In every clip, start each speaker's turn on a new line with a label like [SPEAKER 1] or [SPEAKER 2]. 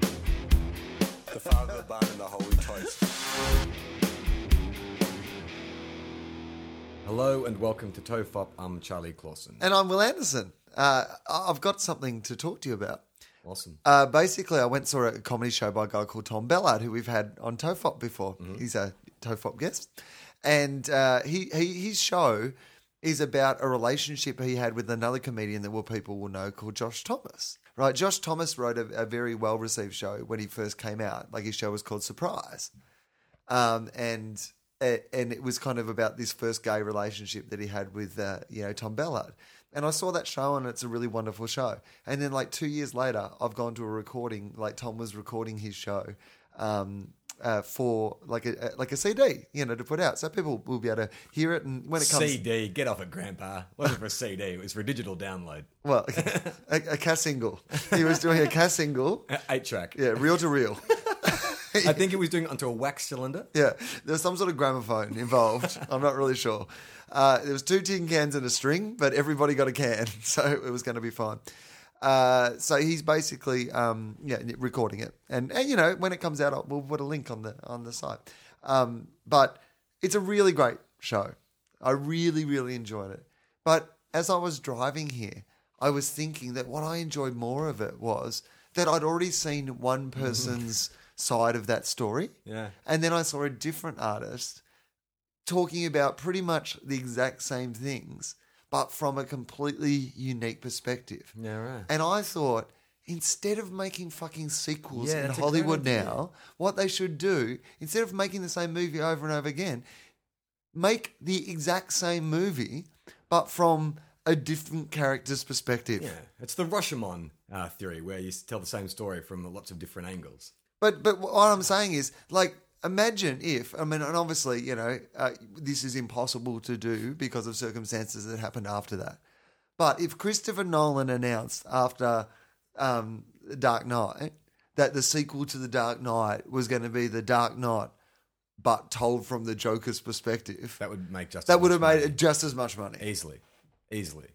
[SPEAKER 1] The Father, the Son, and the Holy Toast. Hello and welcome to Tofop. I'm Charlie Clausen.
[SPEAKER 2] And I'm Will Anderson. Uh, I- I've got something to talk to you about.
[SPEAKER 1] Awesome.
[SPEAKER 2] Uh, basically, I went and saw a comedy show by a guy called Tom Ballard, who we've had on Tofop before. He's a Tofop guest, and uh, he, he his show is about a relationship he had with another comedian that well people will know called Josh Thomas. Right, Josh Thomas wrote a, a very well received show when he first came out. Like his show was called Surprise, um, and a- and it was kind of about this first gay relationship that he had with uh, you know Tom Ballard. And I saw that show, and it's a really wonderful show. And then like two years later, I've gone to a recording. Like Tom was recording his show. Um, uh, for like a, a like a CD, you know, to put out, so people will be able to hear it. And when it comes,
[SPEAKER 1] CD, get off it, Grandpa. It wasn't for a CD, it was for a digital download.
[SPEAKER 2] well, a, a cat single, he was doing a cat single,
[SPEAKER 1] Uh, Eight track.
[SPEAKER 2] yeah, reel to reel.
[SPEAKER 1] I think it was doing it onto a wax cylinder.
[SPEAKER 2] Yeah, there was some sort of gramophone involved. I'm not really sure. Uh, there was two tin cans and a string, but everybody got a can, so it was going to be fine. Uh, so he's basically um, yeah recording it, and, and you know when it comes out, I'll- we'll put a link on the on the site. Um, but it's a really great show. I really really enjoyed it. But as I was driving here, I was thinking that what I enjoyed more of it was that I'd already seen one person's side of that story.
[SPEAKER 1] Yeah.
[SPEAKER 2] And then I saw a different artist talking about pretty much the exact same things, but from a completely unique perspective.
[SPEAKER 1] Yeah, right.
[SPEAKER 2] And I thought, instead of making fucking sequels
[SPEAKER 1] Yeah,
[SPEAKER 2] in
[SPEAKER 1] that's a
[SPEAKER 2] Hollywood
[SPEAKER 1] great idea.
[SPEAKER 2] now, what they should do, instead of making the same movie over and over again, make the exact same movie, but from a different character's perspective.
[SPEAKER 1] Yeah. It's the Rashomon uh, theory, where you s- tell the same story from lots of different angles.
[SPEAKER 2] But but what I'm saying is, like, imagine if I mean, and obviously, you know, uh, this is impossible to do because of circumstances that happened after that. But if Christopher Nolan announced after um, The Dark Knight that the sequel to The Dark Knight was going to be The Dark Knight, but told from the Joker's perspective,
[SPEAKER 1] That would make just as
[SPEAKER 2] that would have
[SPEAKER 1] much
[SPEAKER 2] made just as much money.
[SPEAKER 1] money. easily. Easily.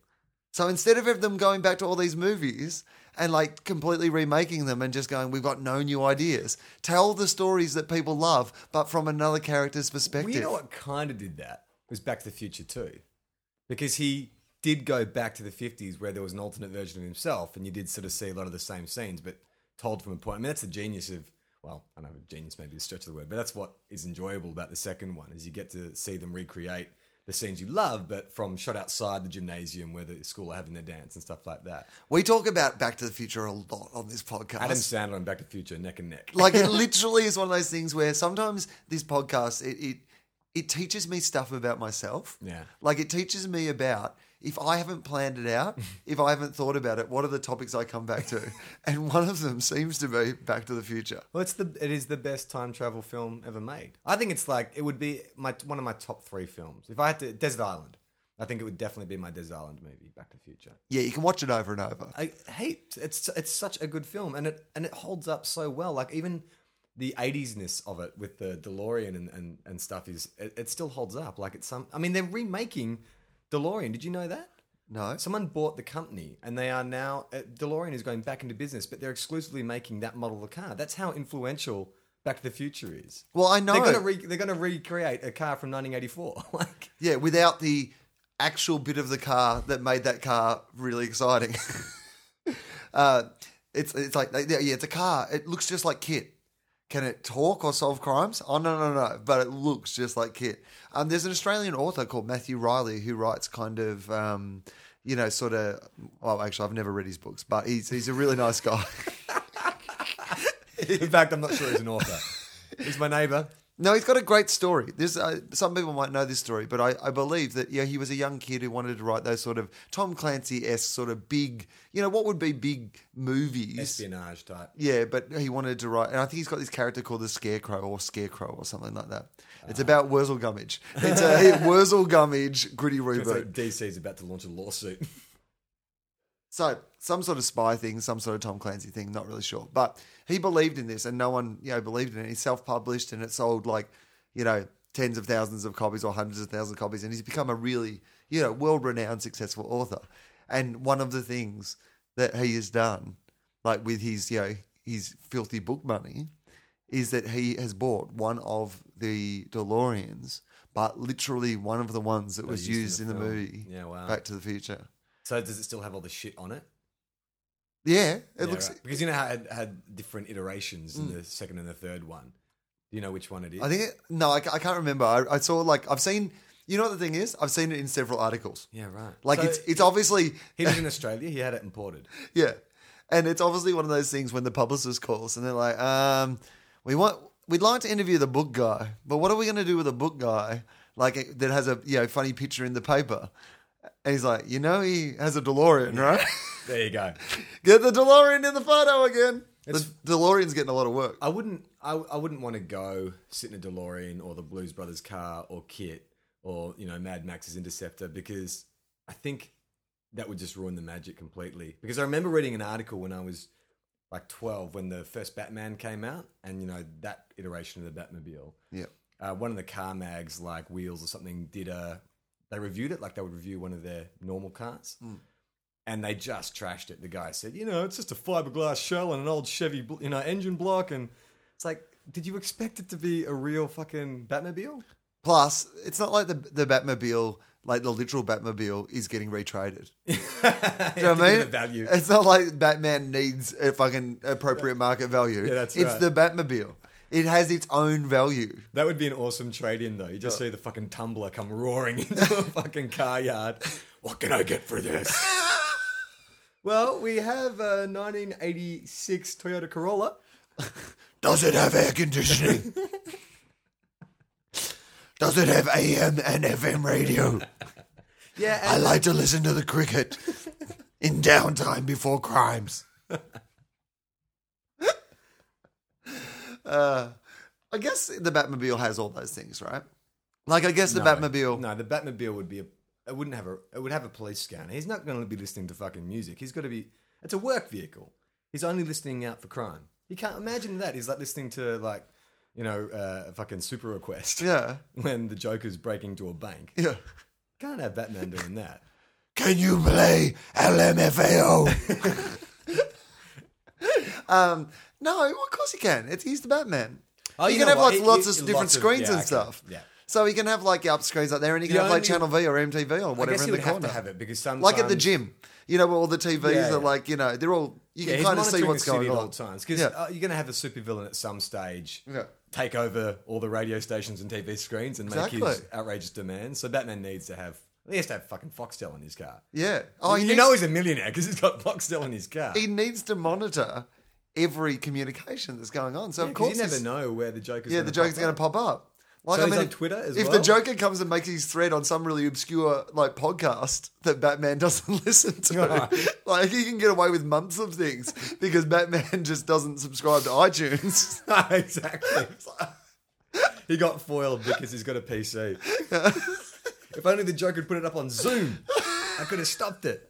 [SPEAKER 2] So instead of them going back to all these movies and like completely remaking them and just going, we've got no new ideas, tell the stories that people love, but from another character's perspective.
[SPEAKER 1] Well, you know what kind of did that was Back to the Future too, because he did go back to the fifties where there was an alternate version of himself, and you did sort of see a lot of the same scenes, but told from a point. I mean, that's the genius of well, I don't know, genius maybe is a stretch of the word, but that's what is enjoyable about the second one is you get to see them recreate the scenes you love, but from shot outside the gymnasium where the school are having their dance and stuff like that.
[SPEAKER 2] We talk about Back to the Future a lot on this podcast.
[SPEAKER 1] Adam Sandler and Back to the Future neck and neck.
[SPEAKER 2] like it literally is one of those things where sometimes this podcast it it, it teaches me stuff about myself.
[SPEAKER 1] Yeah.
[SPEAKER 2] Like it teaches me about if I haven't planned it out, if I haven't thought about it, what are the topics I come back to? And one of them seems to be Back to the Future.
[SPEAKER 1] Well, it's the it is the best time travel film ever made. I think it's like it would be my one of my top three films. If I had to Desert Island, I think it would definitely be my Desert Island movie. Back to the Future.
[SPEAKER 2] Yeah, you can watch it over and over.
[SPEAKER 1] I hate it's it's such a good film, and it and it holds up so well. Like even the eightiesness of it with the DeLorean and and, and stuff is it, it still holds up. Like it's some. I mean, they're remaking DeLorean. Did you know that?
[SPEAKER 2] No.
[SPEAKER 1] Someone bought the company, and they are now uh, DeLorean is going back into business, but they're exclusively making that model of car. That's how influential Back to the Future is.
[SPEAKER 2] Well, I know.
[SPEAKER 1] They're going to re- they're going to recreate a car from 1984. like
[SPEAKER 2] yeah, without the actual bit of the car that made that car really exciting. uh, it's it's like yeah, it's a car. It looks just like Kit. Can it talk or solve crimes? Oh no no no! But it looks just like Kit. Um, there's an Australian author called Matthew Riley who writes kind of. Um, you know, sort of. Well, actually, I've never read his books, but he's he's a really nice guy.
[SPEAKER 1] in fact, I'm not sure he's an author. He's my neighbour.
[SPEAKER 2] No, he's got a great story. There's, uh, some people might know this story, but I, I believe that yeah, he was a young kid who wanted to write those sort of Tom Clancy esque sort of big, you know, what would be big movies?
[SPEAKER 1] Espionage type.
[SPEAKER 2] Yeah, but he wanted to write, and I think he's got this character called the Scarecrow or Scarecrow or something like that. It's about Wurzel Gummidge. It's a Wurzel Gummidge gritty
[SPEAKER 1] It's like
[SPEAKER 2] reboot.
[SPEAKER 1] DC's about to launch a lawsuit.
[SPEAKER 2] So some sort of spy thing, some sort of Tom Clancy thing, not really sure. But he believed in this, and no one you know believed in it. He self-published, and it sold like you know tens of thousands of copies or hundreds of thousands of copies, and he's become a really you know world-renowned, successful author. And one of the things that he has done, like with his you know his filthy book money, is that he has bought one of the DeLoreans, but literally one of the ones that was used in the,
[SPEAKER 1] film.
[SPEAKER 2] movie
[SPEAKER 1] Yeah, wow.
[SPEAKER 2] Back to the Future.
[SPEAKER 1] so does it still have all the shit on it?
[SPEAKER 2] Yeah, it
[SPEAKER 1] Yeah,
[SPEAKER 2] looks. Mm.
[SPEAKER 1] right. because you know how it had different iterations in the second and the third one. Do you know which one it is?
[SPEAKER 2] I think it, no, I, ca- I can't remember. I, I saw like I've seen. You know what the thing is? I've seen it in several articles.
[SPEAKER 1] Yeah, right.
[SPEAKER 2] Like
[SPEAKER 1] So
[SPEAKER 2] it's it's obviously
[SPEAKER 1] he was in Australia. He had it imported.
[SPEAKER 2] yeah, and it's obviously one of those things when the publicist calls and they're like, um, we want we'd like to interview the book guy, but what are we going to do with a book guy like it- that has a you know funny picture in the paper? And he's like, you know, he has a DeLorean, right?
[SPEAKER 1] There you go.
[SPEAKER 2] Get the DeLorean in the photo again.
[SPEAKER 1] It's-
[SPEAKER 2] the DeLorean's getting a lot of work.
[SPEAKER 1] I wouldn't. I, I wouldn't want to go sit in a DeLorean or the Blues Brothers car or Kit or you know Mad Max's Interceptor because I think that would just ruin the magic completely. Because I remember reading an article when I was like twelve when the first Batman came out, and you know that iteration of the Batmobile.
[SPEAKER 2] Yeah.
[SPEAKER 1] uh, one of the car mags like wheels or something did a they reviewed it like they would review one of their normal cars
[SPEAKER 2] Hmm.
[SPEAKER 1] and they just trashed it the guy said you know it's just a fiberglass shell and an old chevy bl- you know engine block and it's like did you expect it to be a real fucking batmobile
[SPEAKER 2] Plus, it's not like the the Batmobile, like the literal Batmobile, is getting retraded.
[SPEAKER 1] you
[SPEAKER 2] Do you know what I mean?
[SPEAKER 1] the value
[SPEAKER 2] It's not like Batman needs a fucking appropriate market value.
[SPEAKER 1] Yeah, that's
[SPEAKER 2] it's
[SPEAKER 1] right.
[SPEAKER 2] the Batmobile. It has its own value.
[SPEAKER 1] that would be an awesome trade in though you just see the fucking tumbler come roaring into a fucking car yard what can i get for this well we have a 1986 toyota corolla
[SPEAKER 2] Does it have air conditioning? Does it have AM and FM radio?
[SPEAKER 1] yeah and-
[SPEAKER 2] I like to listen to the cricket in downtime before crimes. uh, I guess the Batmobile has all those things, right? Like, I guess the Batmobile.
[SPEAKER 1] No, the Batmobile would be a. It wouldn't have a. It would have a police scanner. He's not going to be listening to fucking music. He's got to be. It's a work vehicle. He's only listening out for crime. You can't imagine that. He's like listening to like, you know, uh, fucking super request
[SPEAKER 2] Yeah.
[SPEAKER 1] when the Joker's breaking into a bank.
[SPEAKER 2] Yeah.
[SPEAKER 1] Can't have Batman doing that.
[SPEAKER 2] Can you play LMFAO? um, no, of course he can. It's, he's the Batman.
[SPEAKER 1] Oh,
[SPEAKER 2] he
[SPEAKER 1] you
[SPEAKER 2] can
[SPEAKER 1] know
[SPEAKER 2] have
[SPEAKER 1] what?
[SPEAKER 2] lots,
[SPEAKER 1] He-
[SPEAKER 2] lots
[SPEAKER 1] he-
[SPEAKER 2] of
[SPEAKER 1] lots
[SPEAKER 2] different
[SPEAKER 1] of-
[SPEAKER 2] screens
[SPEAKER 1] yeah,
[SPEAKER 2] and
[SPEAKER 1] okay.
[SPEAKER 2] stuff.
[SPEAKER 1] Yeah.
[SPEAKER 2] So he can have like up screens up there, and he can
[SPEAKER 1] The
[SPEAKER 2] have like
[SPEAKER 1] only-
[SPEAKER 2] Channel V or MTV or
[SPEAKER 1] I guess
[SPEAKER 2] whatever
[SPEAKER 1] he
[SPEAKER 2] in the
[SPEAKER 1] would have
[SPEAKER 2] corner.
[SPEAKER 1] to have it because sometimes
[SPEAKER 2] like at the gym. You know, where all the TVs
[SPEAKER 1] Yeah,
[SPEAKER 2] are
[SPEAKER 1] yeah.
[SPEAKER 2] like, you know, they're all, you
[SPEAKER 1] Yeah,
[SPEAKER 2] can
[SPEAKER 1] he's
[SPEAKER 2] kind of see
[SPEAKER 1] monitoring
[SPEAKER 2] what's
[SPEAKER 1] the city
[SPEAKER 2] going
[SPEAKER 1] at
[SPEAKER 2] on.
[SPEAKER 1] all times because
[SPEAKER 2] Yeah.
[SPEAKER 1] uh, you're going to have a supervillain at some stage
[SPEAKER 2] Yeah.
[SPEAKER 1] take over all the radio stations and TV screens and make his
[SPEAKER 2] Exactly.
[SPEAKER 1] outrageous demands. So Batman needs to have he has to have fucking Foxtel in his car.
[SPEAKER 2] yeah. Oh,
[SPEAKER 1] you
[SPEAKER 2] he
[SPEAKER 1] know
[SPEAKER 2] needs-
[SPEAKER 1] he's a millionaire because he's got Foxtel in his car.
[SPEAKER 2] he needs to monitor every communication that's going on. So,
[SPEAKER 1] Yeah,
[SPEAKER 2] of
[SPEAKER 1] 'cause
[SPEAKER 2] course,
[SPEAKER 1] you never
[SPEAKER 2] he's-
[SPEAKER 1] know where the Joker's.
[SPEAKER 2] Yeah,
[SPEAKER 1] gonna
[SPEAKER 2] the Joker's
[SPEAKER 1] pop
[SPEAKER 2] going
[SPEAKER 1] up.
[SPEAKER 2] to pop up. Like,
[SPEAKER 1] So he's on
[SPEAKER 2] if-
[SPEAKER 1] Twitter as
[SPEAKER 2] if the
[SPEAKER 1] well?
[SPEAKER 2] Joker comes and makes his thread on some really obscure like podcast that Batman doesn't listen to,
[SPEAKER 1] Right.
[SPEAKER 2] like he can get away with months of things because Batman just doesn't subscribe to iTunes.
[SPEAKER 1] exactly. he got foiled because he's got a PC. if only the Joker had put it up on Zoom, I could have stopped it.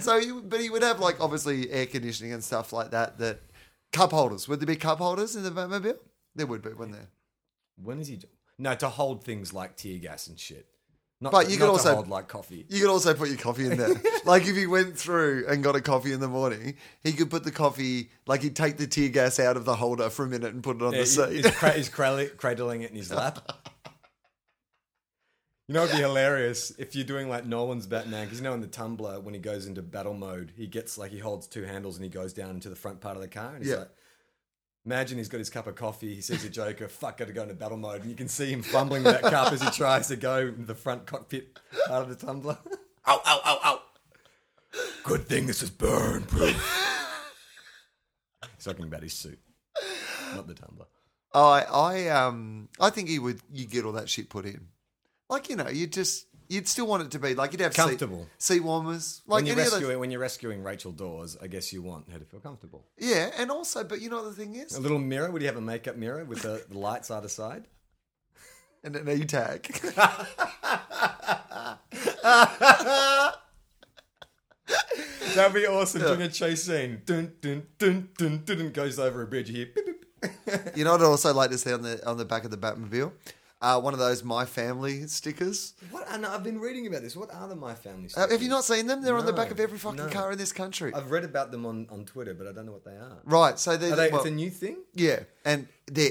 [SPEAKER 2] so, he, but he would have like obviously air conditioning and stuff like that. That cup holders would there be cup holders in the Batmobile? There would be, wouldn't there?
[SPEAKER 1] When is he? do- No, to hold things like tear gas and shit. Not,
[SPEAKER 2] But
[SPEAKER 1] to-
[SPEAKER 2] you
[SPEAKER 1] not
[SPEAKER 2] could
[SPEAKER 1] to
[SPEAKER 2] also-
[SPEAKER 1] hold like coffee.
[SPEAKER 2] You could also put your coffee in there. like if he went through and got a coffee in the morning, he could put the coffee, like he'd take the tear gas out of the holder for a minute and put it on
[SPEAKER 1] Yeah,
[SPEAKER 2] the
[SPEAKER 1] he-
[SPEAKER 2] seat.
[SPEAKER 1] he's, cra- he's cradli- cradling it in his lap. You know, it'd be hilarious if you're doing like Nolan's Batman, because you know, in the Tumblr, when he goes into battle mode, he gets like he holds two handles and he goes down into the front part of the car. And he's
[SPEAKER 2] Yeah.
[SPEAKER 1] like, imagine he's got his cup of coffee, he sees the Joker, fuck, gotta go into battle mode. And you can see him fumbling with that cup as he tries to go into the front cockpit part of the Tumblr. ow, ow, ow, ow. Good thing this is burn proof. he's talking about his suit, not the Tumblr.
[SPEAKER 2] I I um I think you would you get all that shit put in. Like you know, you just you'd still want it to be like you'd have sea-
[SPEAKER 1] Comfortable.
[SPEAKER 2] sea warmers, like
[SPEAKER 1] when, you're
[SPEAKER 2] any of those-
[SPEAKER 1] rescuing, when you're rescuing Rachel Dawes, I guess you want her to feel comfortable.
[SPEAKER 2] Yeah, and also, but you know what the thing is,
[SPEAKER 1] A little mirror. Would you have a makeup mirror with the, the lights either side?
[SPEAKER 2] and an E tag.
[SPEAKER 1] That'd be awesome during a chase scene. Dun dun dun dun dun, dun goes over a bridge. You hear beep, beep.
[SPEAKER 2] You know what I'd also like to see on the on the back of the Batmobile? Uh, one of those My Family stickers.
[SPEAKER 1] What? I know, I've been reading about this. What are the My Family?
[SPEAKER 2] Uh, have
[SPEAKER 1] stickers?
[SPEAKER 2] you not seen them? They're on the
[SPEAKER 1] No,
[SPEAKER 2] back of every fucking
[SPEAKER 1] no.
[SPEAKER 2] car in this country.
[SPEAKER 1] I've read about them on, on Twitter, but I don't know what they are.
[SPEAKER 2] right, so they're
[SPEAKER 1] Are they,
[SPEAKER 2] well,
[SPEAKER 1] it's a new thing.
[SPEAKER 2] yeah, and they're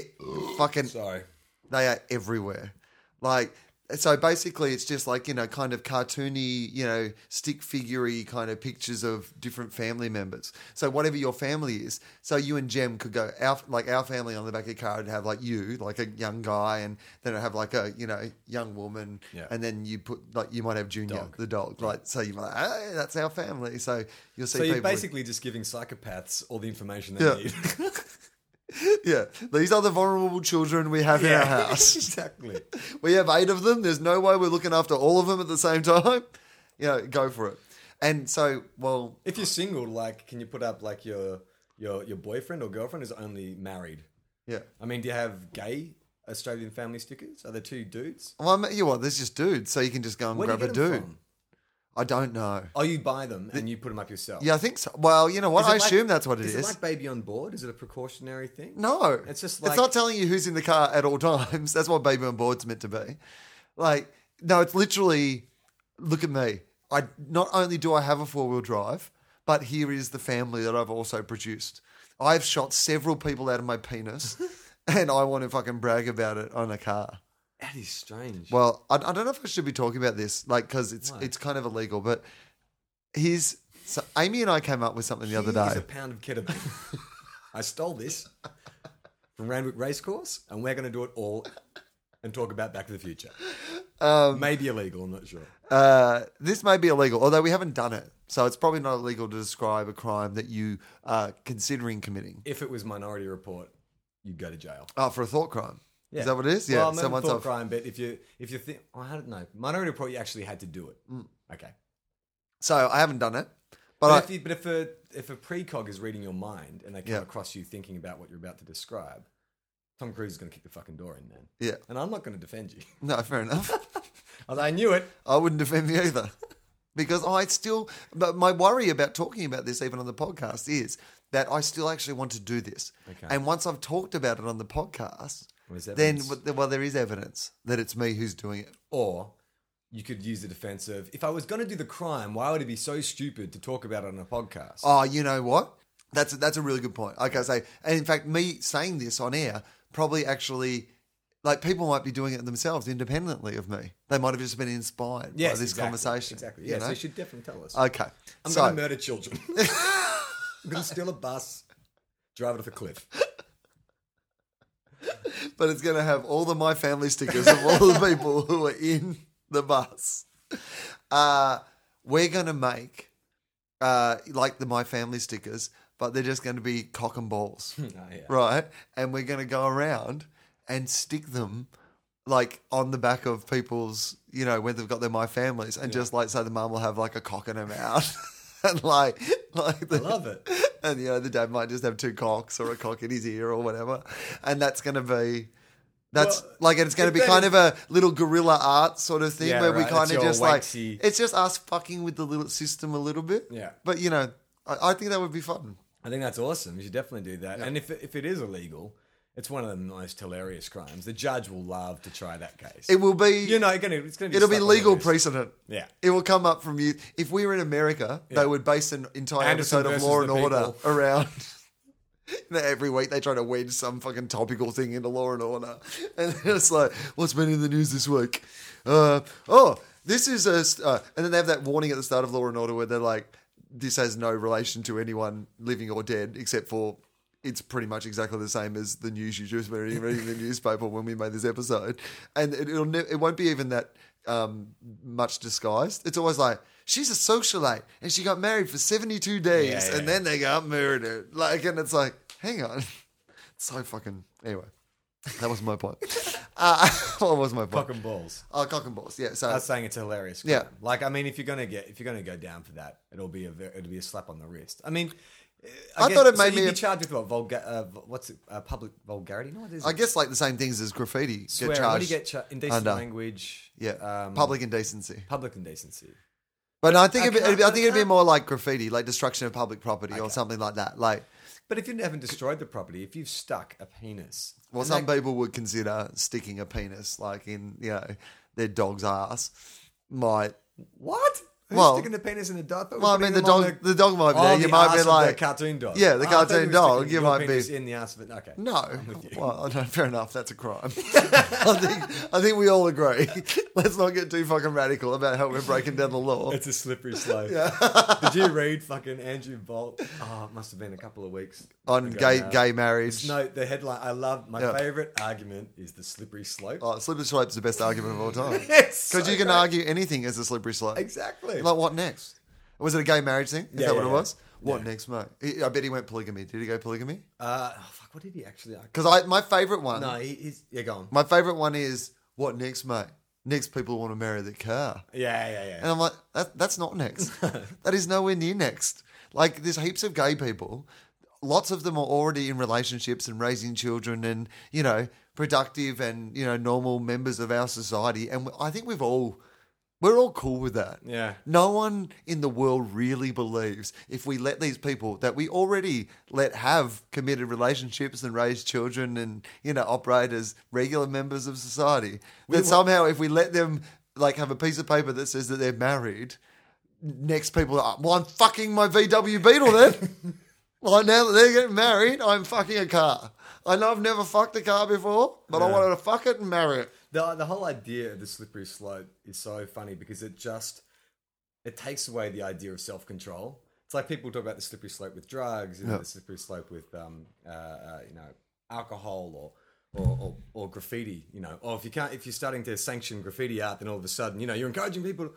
[SPEAKER 2] fucking
[SPEAKER 1] Sorry.
[SPEAKER 2] they are everywhere. Like so basically it's just like, you know, kind of cartoony, you know, stick figurey kind of pictures of different family members. So whatever your family is, so you and Jem could go our like our family on the back of the car would have like you, like a young guy, and then it'd have like a, you know, young woman
[SPEAKER 1] Yeah.
[SPEAKER 2] and then you put like you might have Junior,
[SPEAKER 1] Dog.
[SPEAKER 2] the dog. Like so you're like, hey, that's our family. So you'll see
[SPEAKER 1] So
[SPEAKER 2] people
[SPEAKER 1] you're basically just giving psychopaths all the information they
[SPEAKER 2] Yeah.
[SPEAKER 1] need.
[SPEAKER 2] Yeah. These are the vulnerable children we have in our house.
[SPEAKER 1] exactly.
[SPEAKER 2] We have eight of them. There's no way we're looking after all of them at the same time. You know, go for it. And so, well,
[SPEAKER 1] If you're single, like, can you put up like your your your boyfriend or girlfriend is only married?
[SPEAKER 2] yeah.
[SPEAKER 1] I mean, do you have gay Australian family stickers? Are there two dudes?
[SPEAKER 2] Well, I mean, you what? There's just dudes, so you can just go and
[SPEAKER 1] Where do you
[SPEAKER 2] grab a
[SPEAKER 1] get 'em
[SPEAKER 2] dude.
[SPEAKER 1] from?
[SPEAKER 2] I don't know.
[SPEAKER 1] Oh, you buy them and you put them up yourself.
[SPEAKER 2] Yeah, I think so. Well, you know what?
[SPEAKER 1] Is it
[SPEAKER 2] I
[SPEAKER 1] like-
[SPEAKER 2] assume that's what it is.
[SPEAKER 1] Is it like Baby on Board? Is it a precautionary thing?
[SPEAKER 2] no,
[SPEAKER 1] It's just
[SPEAKER 2] it's
[SPEAKER 1] like-
[SPEAKER 2] not telling you who's in the car at all times. That's what Baby on Board's meant to be. Like, no, it's literally. Look at me. I not only do I have a four wheel drive, but here is the family that I've also produced. I've shot several people out of my penis, and I want to fucking brag about it on a car.
[SPEAKER 1] That is strange.
[SPEAKER 2] Well, I, I don't know if I should be talking about this, like, because it's
[SPEAKER 1] Why?
[SPEAKER 2] it's kind of illegal. But here's so Amy and I came up with something the other
[SPEAKER 1] Here's
[SPEAKER 2] day.
[SPEAKER 1] a pound of ketamine. I stole this from Randwick Racecourse, and we're going to do it all and talk about Back to the Future.
[SPEAKER 2] Um,
[SPEAKER 1] Maybe illegal, I'm not sure.
[SPEAKER 2] Uh, this may be illegal, although we haven't done it. So it's probably not illegal to describe a crime that you are considering committing.
[SPEAKER 1] If it was Minority Report, you'd go to jail.
[SPEAKER 2] Oh, for a thought crime.
[SPEAKER 1] Yeah.
[SPEAKER 2] Is that what it is? Yeah.
[SPEAKER 1] Well,
[SPEAKER 2] so
[SPEAKER 1] maybe
[SPEAKER 2] once
[SPEAKER 1] thought
[SPEAKER 2] I've,
[SPEAKER 1] crime, but if you if you think oh, I don't know, Minority Report, you actually had to do it.
[SPEAKER 2] Mm.
[SPEAKER 1] Okay,
[SPEAKER 2] so I haven't done it,
[SPEAKER 1] but,
[SPEAKER 2] but
[SPEAKER 1] if, you, but if a if a precog is reading your mind and they come
[SPEAKER 2] Yeah.
[SPEAKER 1] across you thinking about what you're about to describe, Tom Cruise is going to kick the fucking door in, man.
[SPEAKER 2] I, yeah,
[SPEAKER 1] And I'm not going to defend you.
[SPEAKER 2] no, fair enough.
[SPEAKER 1] Although I knew it.
[SPEAKER 2] I wouldn't defend me either. Because I still, but my worry about talking about this even on the podcast is that I still actually want to do this.
[SPEAKER 1] Okay.
[SPEAKER 2] And once I've talked about it on the podcast,
[SPEAKER 1] There's
[SPEAKER 2] then,
[SPEAKER 1] evidence.
[SPEAKER 2] well, there is evidence that it's me who's doing it.
[SPEAKER 1] Or you could use the defense of if I was going to do the crime, why would it be so stupid to talk about it on a podcast?
[SPEAKER 2] Oh, you know what? That's a, that's a really good point. Like I say, and in fact, me saying this on air probably actually, like people might be doing it themselves independently of me. They might have just been inspired by
[SPEAKER 1] Yes,
[SPEAKER 2] this
[SPEAKER 1] exactly,
[SPEAKER 2] conversation.
[SPEAKER 1] Exactly.
[SPEAKER 2] you
[SPEAKER 1] Yeah, so
[SPEAKER 2] know?
[SPEAKER 1] you should definitely tell us.
[SPEAKER 2] Okay.
[SPEAKER 1] I'm
[SPEAKER 2] so,
[SPEAKER 1] going to murder children. I'm going to steal a bus, drive it off a cliff.
[SPEAKER 2] but it's going to have all the my family stickers of all the people who are in the bus. Uh, we're going to make uh, like the my family stickers, but they're just going to be cock and balls.
[SPEAKER 1] Oh, yeah.
[SPEAKER 2] right? And we're going to go around and stick them like on the back of people's, you know, when they've got their my families, and just like say the mum will have like a cock in her mouth, and like like the,
[SPEAKER 1] I love it.
[SPEAKER 2] and you know the dad might just have two cocks or a cock in his ear or whatever, and that's going to be. That's
[SPEAKER 1] Well,
[SPEAKER 2] like it's going
[SPEAKER 1] if
[SPEAKER 2] to be
[SPEAKER 1] that
[SPEAKER 2] kind
[SPEAKER 1] is-
[SPEAKER 2] of a little guerrilla art sort of thing
[SPEAKER 1] Yeah,
[SPEAKER 2] where we
[SPEAKER 1] right,
[SPEAKER 2] kind
[SPEAKER 1] it's
[SPEAKER 2] of
[SPEAKER 1] your
[SPEAKER 2] just like
[SPEAKER 1] wanky-
[SPEAKER 2] it's just us fucking with the little system a little bit.
[SPEAKER 1] Yeah.
[SPEAKER 2] but you know, I, I think that would be fun.
[SPEAKER 1] I think that's awesome. You should definitely do that. And if, it- if it is illegal, it's one of the most hilarious crimes. The judge will love to try that case.
[SPEAKER 2] It will be
[SPEAKER 1] you know, gonna, it's going to be
[SPEAKER 2] It'll be
[SPEAKER 1] stuck on
[SPEAKER 2] legal
[SPEAKER 1] the list.
[SPEAKER 2] precedent.
[SPEAKER 1] Yeah.
[SPEAKER 2] It will come up from you. If we were in America, they would base an entire
[SPEAKER 1] Anderson
[SPEAKER 2] episode of
[SPEAKER 1] versus
[SPEAKER 2] Law
[SPEAKER 1] the
[SPEAKER 2] and Order
[SPEAKER 1] People.
[SPEAKER 2] around. Every week they try to wedge some fucking topical thing into Law and Order, and it's like, what's been in the news this week? Uh, oh, this is a, st- uh, and then they have that warning at the start of Law and Order where they're like, this has no relation to anyone living or dead, except for it's pretty much exactly the same as the news you just read reading in the newspaper when we made this episode, and it, it'll ne- it won't be even that um, much disguised. It's always like she's a socialite and she got married for seventy two days,
[SPEAKER 1] Yeah, yeah.
[SPEAKER 2] and then they got murdered. Like, and it's like, hang on, so fucking anyway. That was my point. uh, what was my point?
[SPEAKER 1] Fucking balls.
[SPEAKER 2] Oh, cock and balls. Yeah. So
[SPEAKER 1] I was saying it's a hilarious.
[SPEAKER 2] Yeah.
[SPEAKER 1] crime. Like I mean, if you're gonna get if you're gonna go down for that, it'll be a ver- it'll be a slap on the wrist. I mean, uh,
[SPEAKER 2] I
[SPEAKER 1] guess-
[SPEAKER 2] thought it
[SPEAKER 1] so
[SPEAKER 2] made
[SPEAKER 1] you'd
[SPEAKER 2] me
[SPEAKER 1] be
[SPEAKER 2] a-
[SPEAKER 1] charged with what vulgar? Uh, v- what's it, uh, public vulgarity? No, what is it?
[SPEAKER 2] I guess like the same things as graffiti
[SPEAKER 1] Swearing.
[SPEAKER 2] get
[SPEAKER 1] What do
[SPEAKER 2] charged.
[SPEAKER 1] you get char- indecent
[SPEAKER 2] under.
[SPEAKER 1] language?
[SPEAKER 2] yeah.
[SPEAKER 1] um,
[SPEAKER 2] public indecency.
[SPEAKER 1] public indecency.
[SPEAKER 2] But I think
[SPEAKER 1] I
[SPEAKER 2] it'd be, it'd be, I
[SPEAKER 1] can't-
[SPEAKER 2] think
[SPEAKER 1] I
[SPEAKER 2] it'd be
[SPEAKER 1] can't-
[SPEAKER 2] more like graffiti, like destruction of public property or something like that. Like
[SPEAKER 1] But if you haven't destroyed the property, if you've stuck a penis,
[SPEAKER 2] well,
[SPEAKER 1] and
[SPEAKER 2] some
[SPEAKER 1] that-
[SPEAKER 2] people would consider sticking a penis like in you know their dog's ass might.
[SPEAKER 1] what? Who's
[SPEAKER 2] Well-
[SPEAKER 1] sticking the penis in the dog? thought we
[SPEAKER 2] Well, I
[SPEAKER 1] were
[SPEAKER 2] mean, the
[SPEAKER 1] putting them on
[SPEAKER 2] dog- the dog might be
[SPEAKER 1] on
[SPEAKER 2] there. You
[SPEAKER 1] the
[SPEAKER 2] might
[SPEAKER 1] arse
[SPEAKER 2] be
[SPEAKER 1] of the
[SPEAKER 2] like-
[SPEAKER 1] cartoon dog.
[SPEAKER 2] Yeah, the
[SPEAKER 1] I thought
[SPEAKER 2] cartoon
[SPEAKER 1] we were
[SPEAKER 2] dog,
[SPEAKER 1] sticking
[SPEAKER 2] you
[SPEAKER 1] your
[SPEAKER 2] might be-
[SPEAKER 1] penis in the ass of it. Okay,
[SPEAKER 2] No,
[SPEAKER 1] with you.
[SPEAKER 2] well, no, fair enough. That's a crime. I think I think we all agree. Let's not get too fucking radical about how we're breaking down the law.
[SPEAKER 1] It's a slippery slope. Did you read fucking Andrew Bolt? Oh, it must have been a couple of weeks
[SPEAKER 2] on
[SPEAKER 1] ago
[SPEAKER 2] gay
[SPEAKER 1] now.
[SPEAKER 2] gay marriage.
[SPEAKER 1] No, the headline. I love my
[SPEAKER 2] Yeah.
[SPEAKER 1] favorite argument is the slippery slope.
[SPEAKER 2] Oh, slippery slope's the best argument of all time.
[SPEAKER 1] It's so
[SPEAKER 2] Because you can
[SPEAKER 1] great.
[SPEAKER 2] argue anything as a slippery slope.
[SPEAKER 1] exactly.
[SPEAKER 2] Like what next? Was it a gay marriage thing? Is
[SPEAKER 1] Yeah,
[SPEAKER 2] that what
[SPEAKER 1] yeah,
[SPEAKER 2] it
[SPEAKER 1] yeah.
[SPEAKER 2] was? What next, mate? He- I bet he went polygamy. Did he go polygamy?
[SPEAKER 1] uh, oh, fuck, what did he actually? argue?
[SPEAKER 2] Because I my favorite one.
[SPEAKER 1] No, he, he's yeah, go on.
[SPEAKER 2] My favorite one is what next, mate? Next, people want to marry the car.
[SPEAKER 1] Yeah, yeah, yeah.
[SPEAKER 2] And I'm like, that, that's not next. that is nowhere near next. Like, there's heaps of gay people. Lots of them are already in relationships and raising children and, you know, productive and, you know, normal members of our society. And I think we've all, we're all cool with that.
[SPEAKER 1] Yeah.
[SPEAKER 2] No one in the world really believes if we let these people that we already let have committed relationships and raise children and, you know, operate as regular members of society, that somehow if we let them like have a piece of paper that says that they're married, next people are, well, I'm fucking my VW Beetle then. well, now that they're getting married, I'm fucking a car. I know I've never fucked a car before, but I wanted to fuck it and marry it.
[SPEAKER 1] the the whole idea of the slippery slope is so funny because it just it takes away the idea of self control. It's like people talk about the slippery slope with drugs, and
[SPEAKER 2] Yeah.
[SPEAKER 1] the slippery slope with um, uh, uh, you know alcohol or, or or or graffiti. You know, or if you can't if you're starting to sanction graffiti art, then all of a sudden you know you're encouraging people.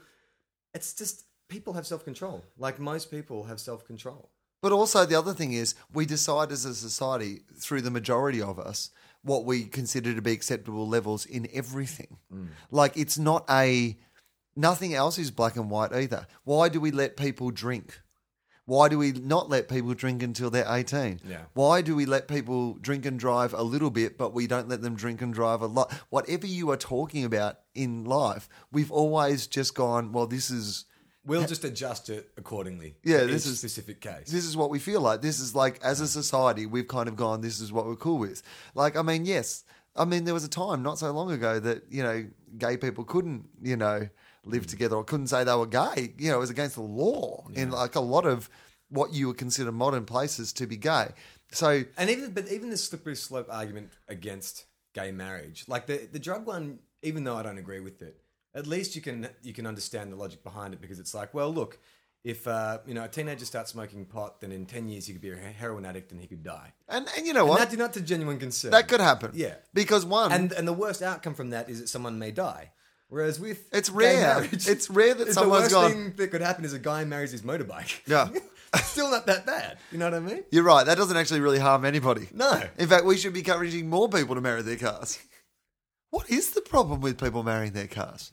[SPEAKER 1] It's just people have self control. Like most people have self control.
[SPEAKER 2] But also the other thing is we decide as a society through the majority of us what we consider to be acceptable levels in everything. Like it's not a nothing else is black and white either. Why do we let people drink? Why do we not let people drink until they're 18?
[SPEAKER 1] Yeah.
[SPEAKER 2] Why do we let people drink and drive a little bit, but we don't let them drink and drive a lot? Whatever you are talking about in life, we've always just gone, well, this is
[SPEAKER 1] We'll just adjust it accordingly.
[SPEAKER 2] Yeah,
[SPEAKER 1] for
[SPEAKER 2] this
[SPEAKER 1] each
[SPEAKER 2] is-
[SPEAKER 1] specific case.
[SPEAKER 2] this is what we feel like. This is like, as a society, we've kind of gone, this is what we're cool with. Like, I mean, yes, I mean, there was a time not so long ago that, you know, gay people couldn't, you know,
[SPEAKER 1] Mm.
[SPEAKER 2] live together or couldn't say they were gay. You know, it was against the law in like a lot of what you would consider modern places to be gay. So,
[SPEAKER 1] And even but even the slippery slope argument against gay marriage, like the the drug one, even though I don't agree with it, at least you can you can understand the logic behind it because it's like, well, look, if uh, you know a teenager starts smoking pot, then in ten years he could be a he- heroin addict and he could die.
[SPEAKER 2] and, and you know
[SPEAKER 1] And
[SPEAKER 2] what?
[SPEAKER 1] that's not to genuine concern.
[SPEAKER 2] that could happen.
[SPEAKER 1] Yeah.
[SPEAKER 2] Because one,
[SPEAKER 1] and and the worst outcome from that is that someone may die. Whereas with
[SPEAKER 2] It's
[SPEAKER 1] gay
[SPEAKER 2] rare.
[SPEAKER 1] marriage,
[SPEAKER 2] It's rare that someone's
[SPEAKER 1] the worst
[SPEAKER 2] gone-
[SPEAKER 1] thing that could happen is a guy marries his motorbike.
[SPEAKER 2] Yeah.
[SPEAKER 1] still not that bad. You know what I mean?
[SPEAKER 2] you're right, that doesn't actually really harm anybody.
[SPEAKER 1] No.
[SPEAKER 2] In fact, we should be encouraging more people to marry their cars. What is the problem with people marrying their cars?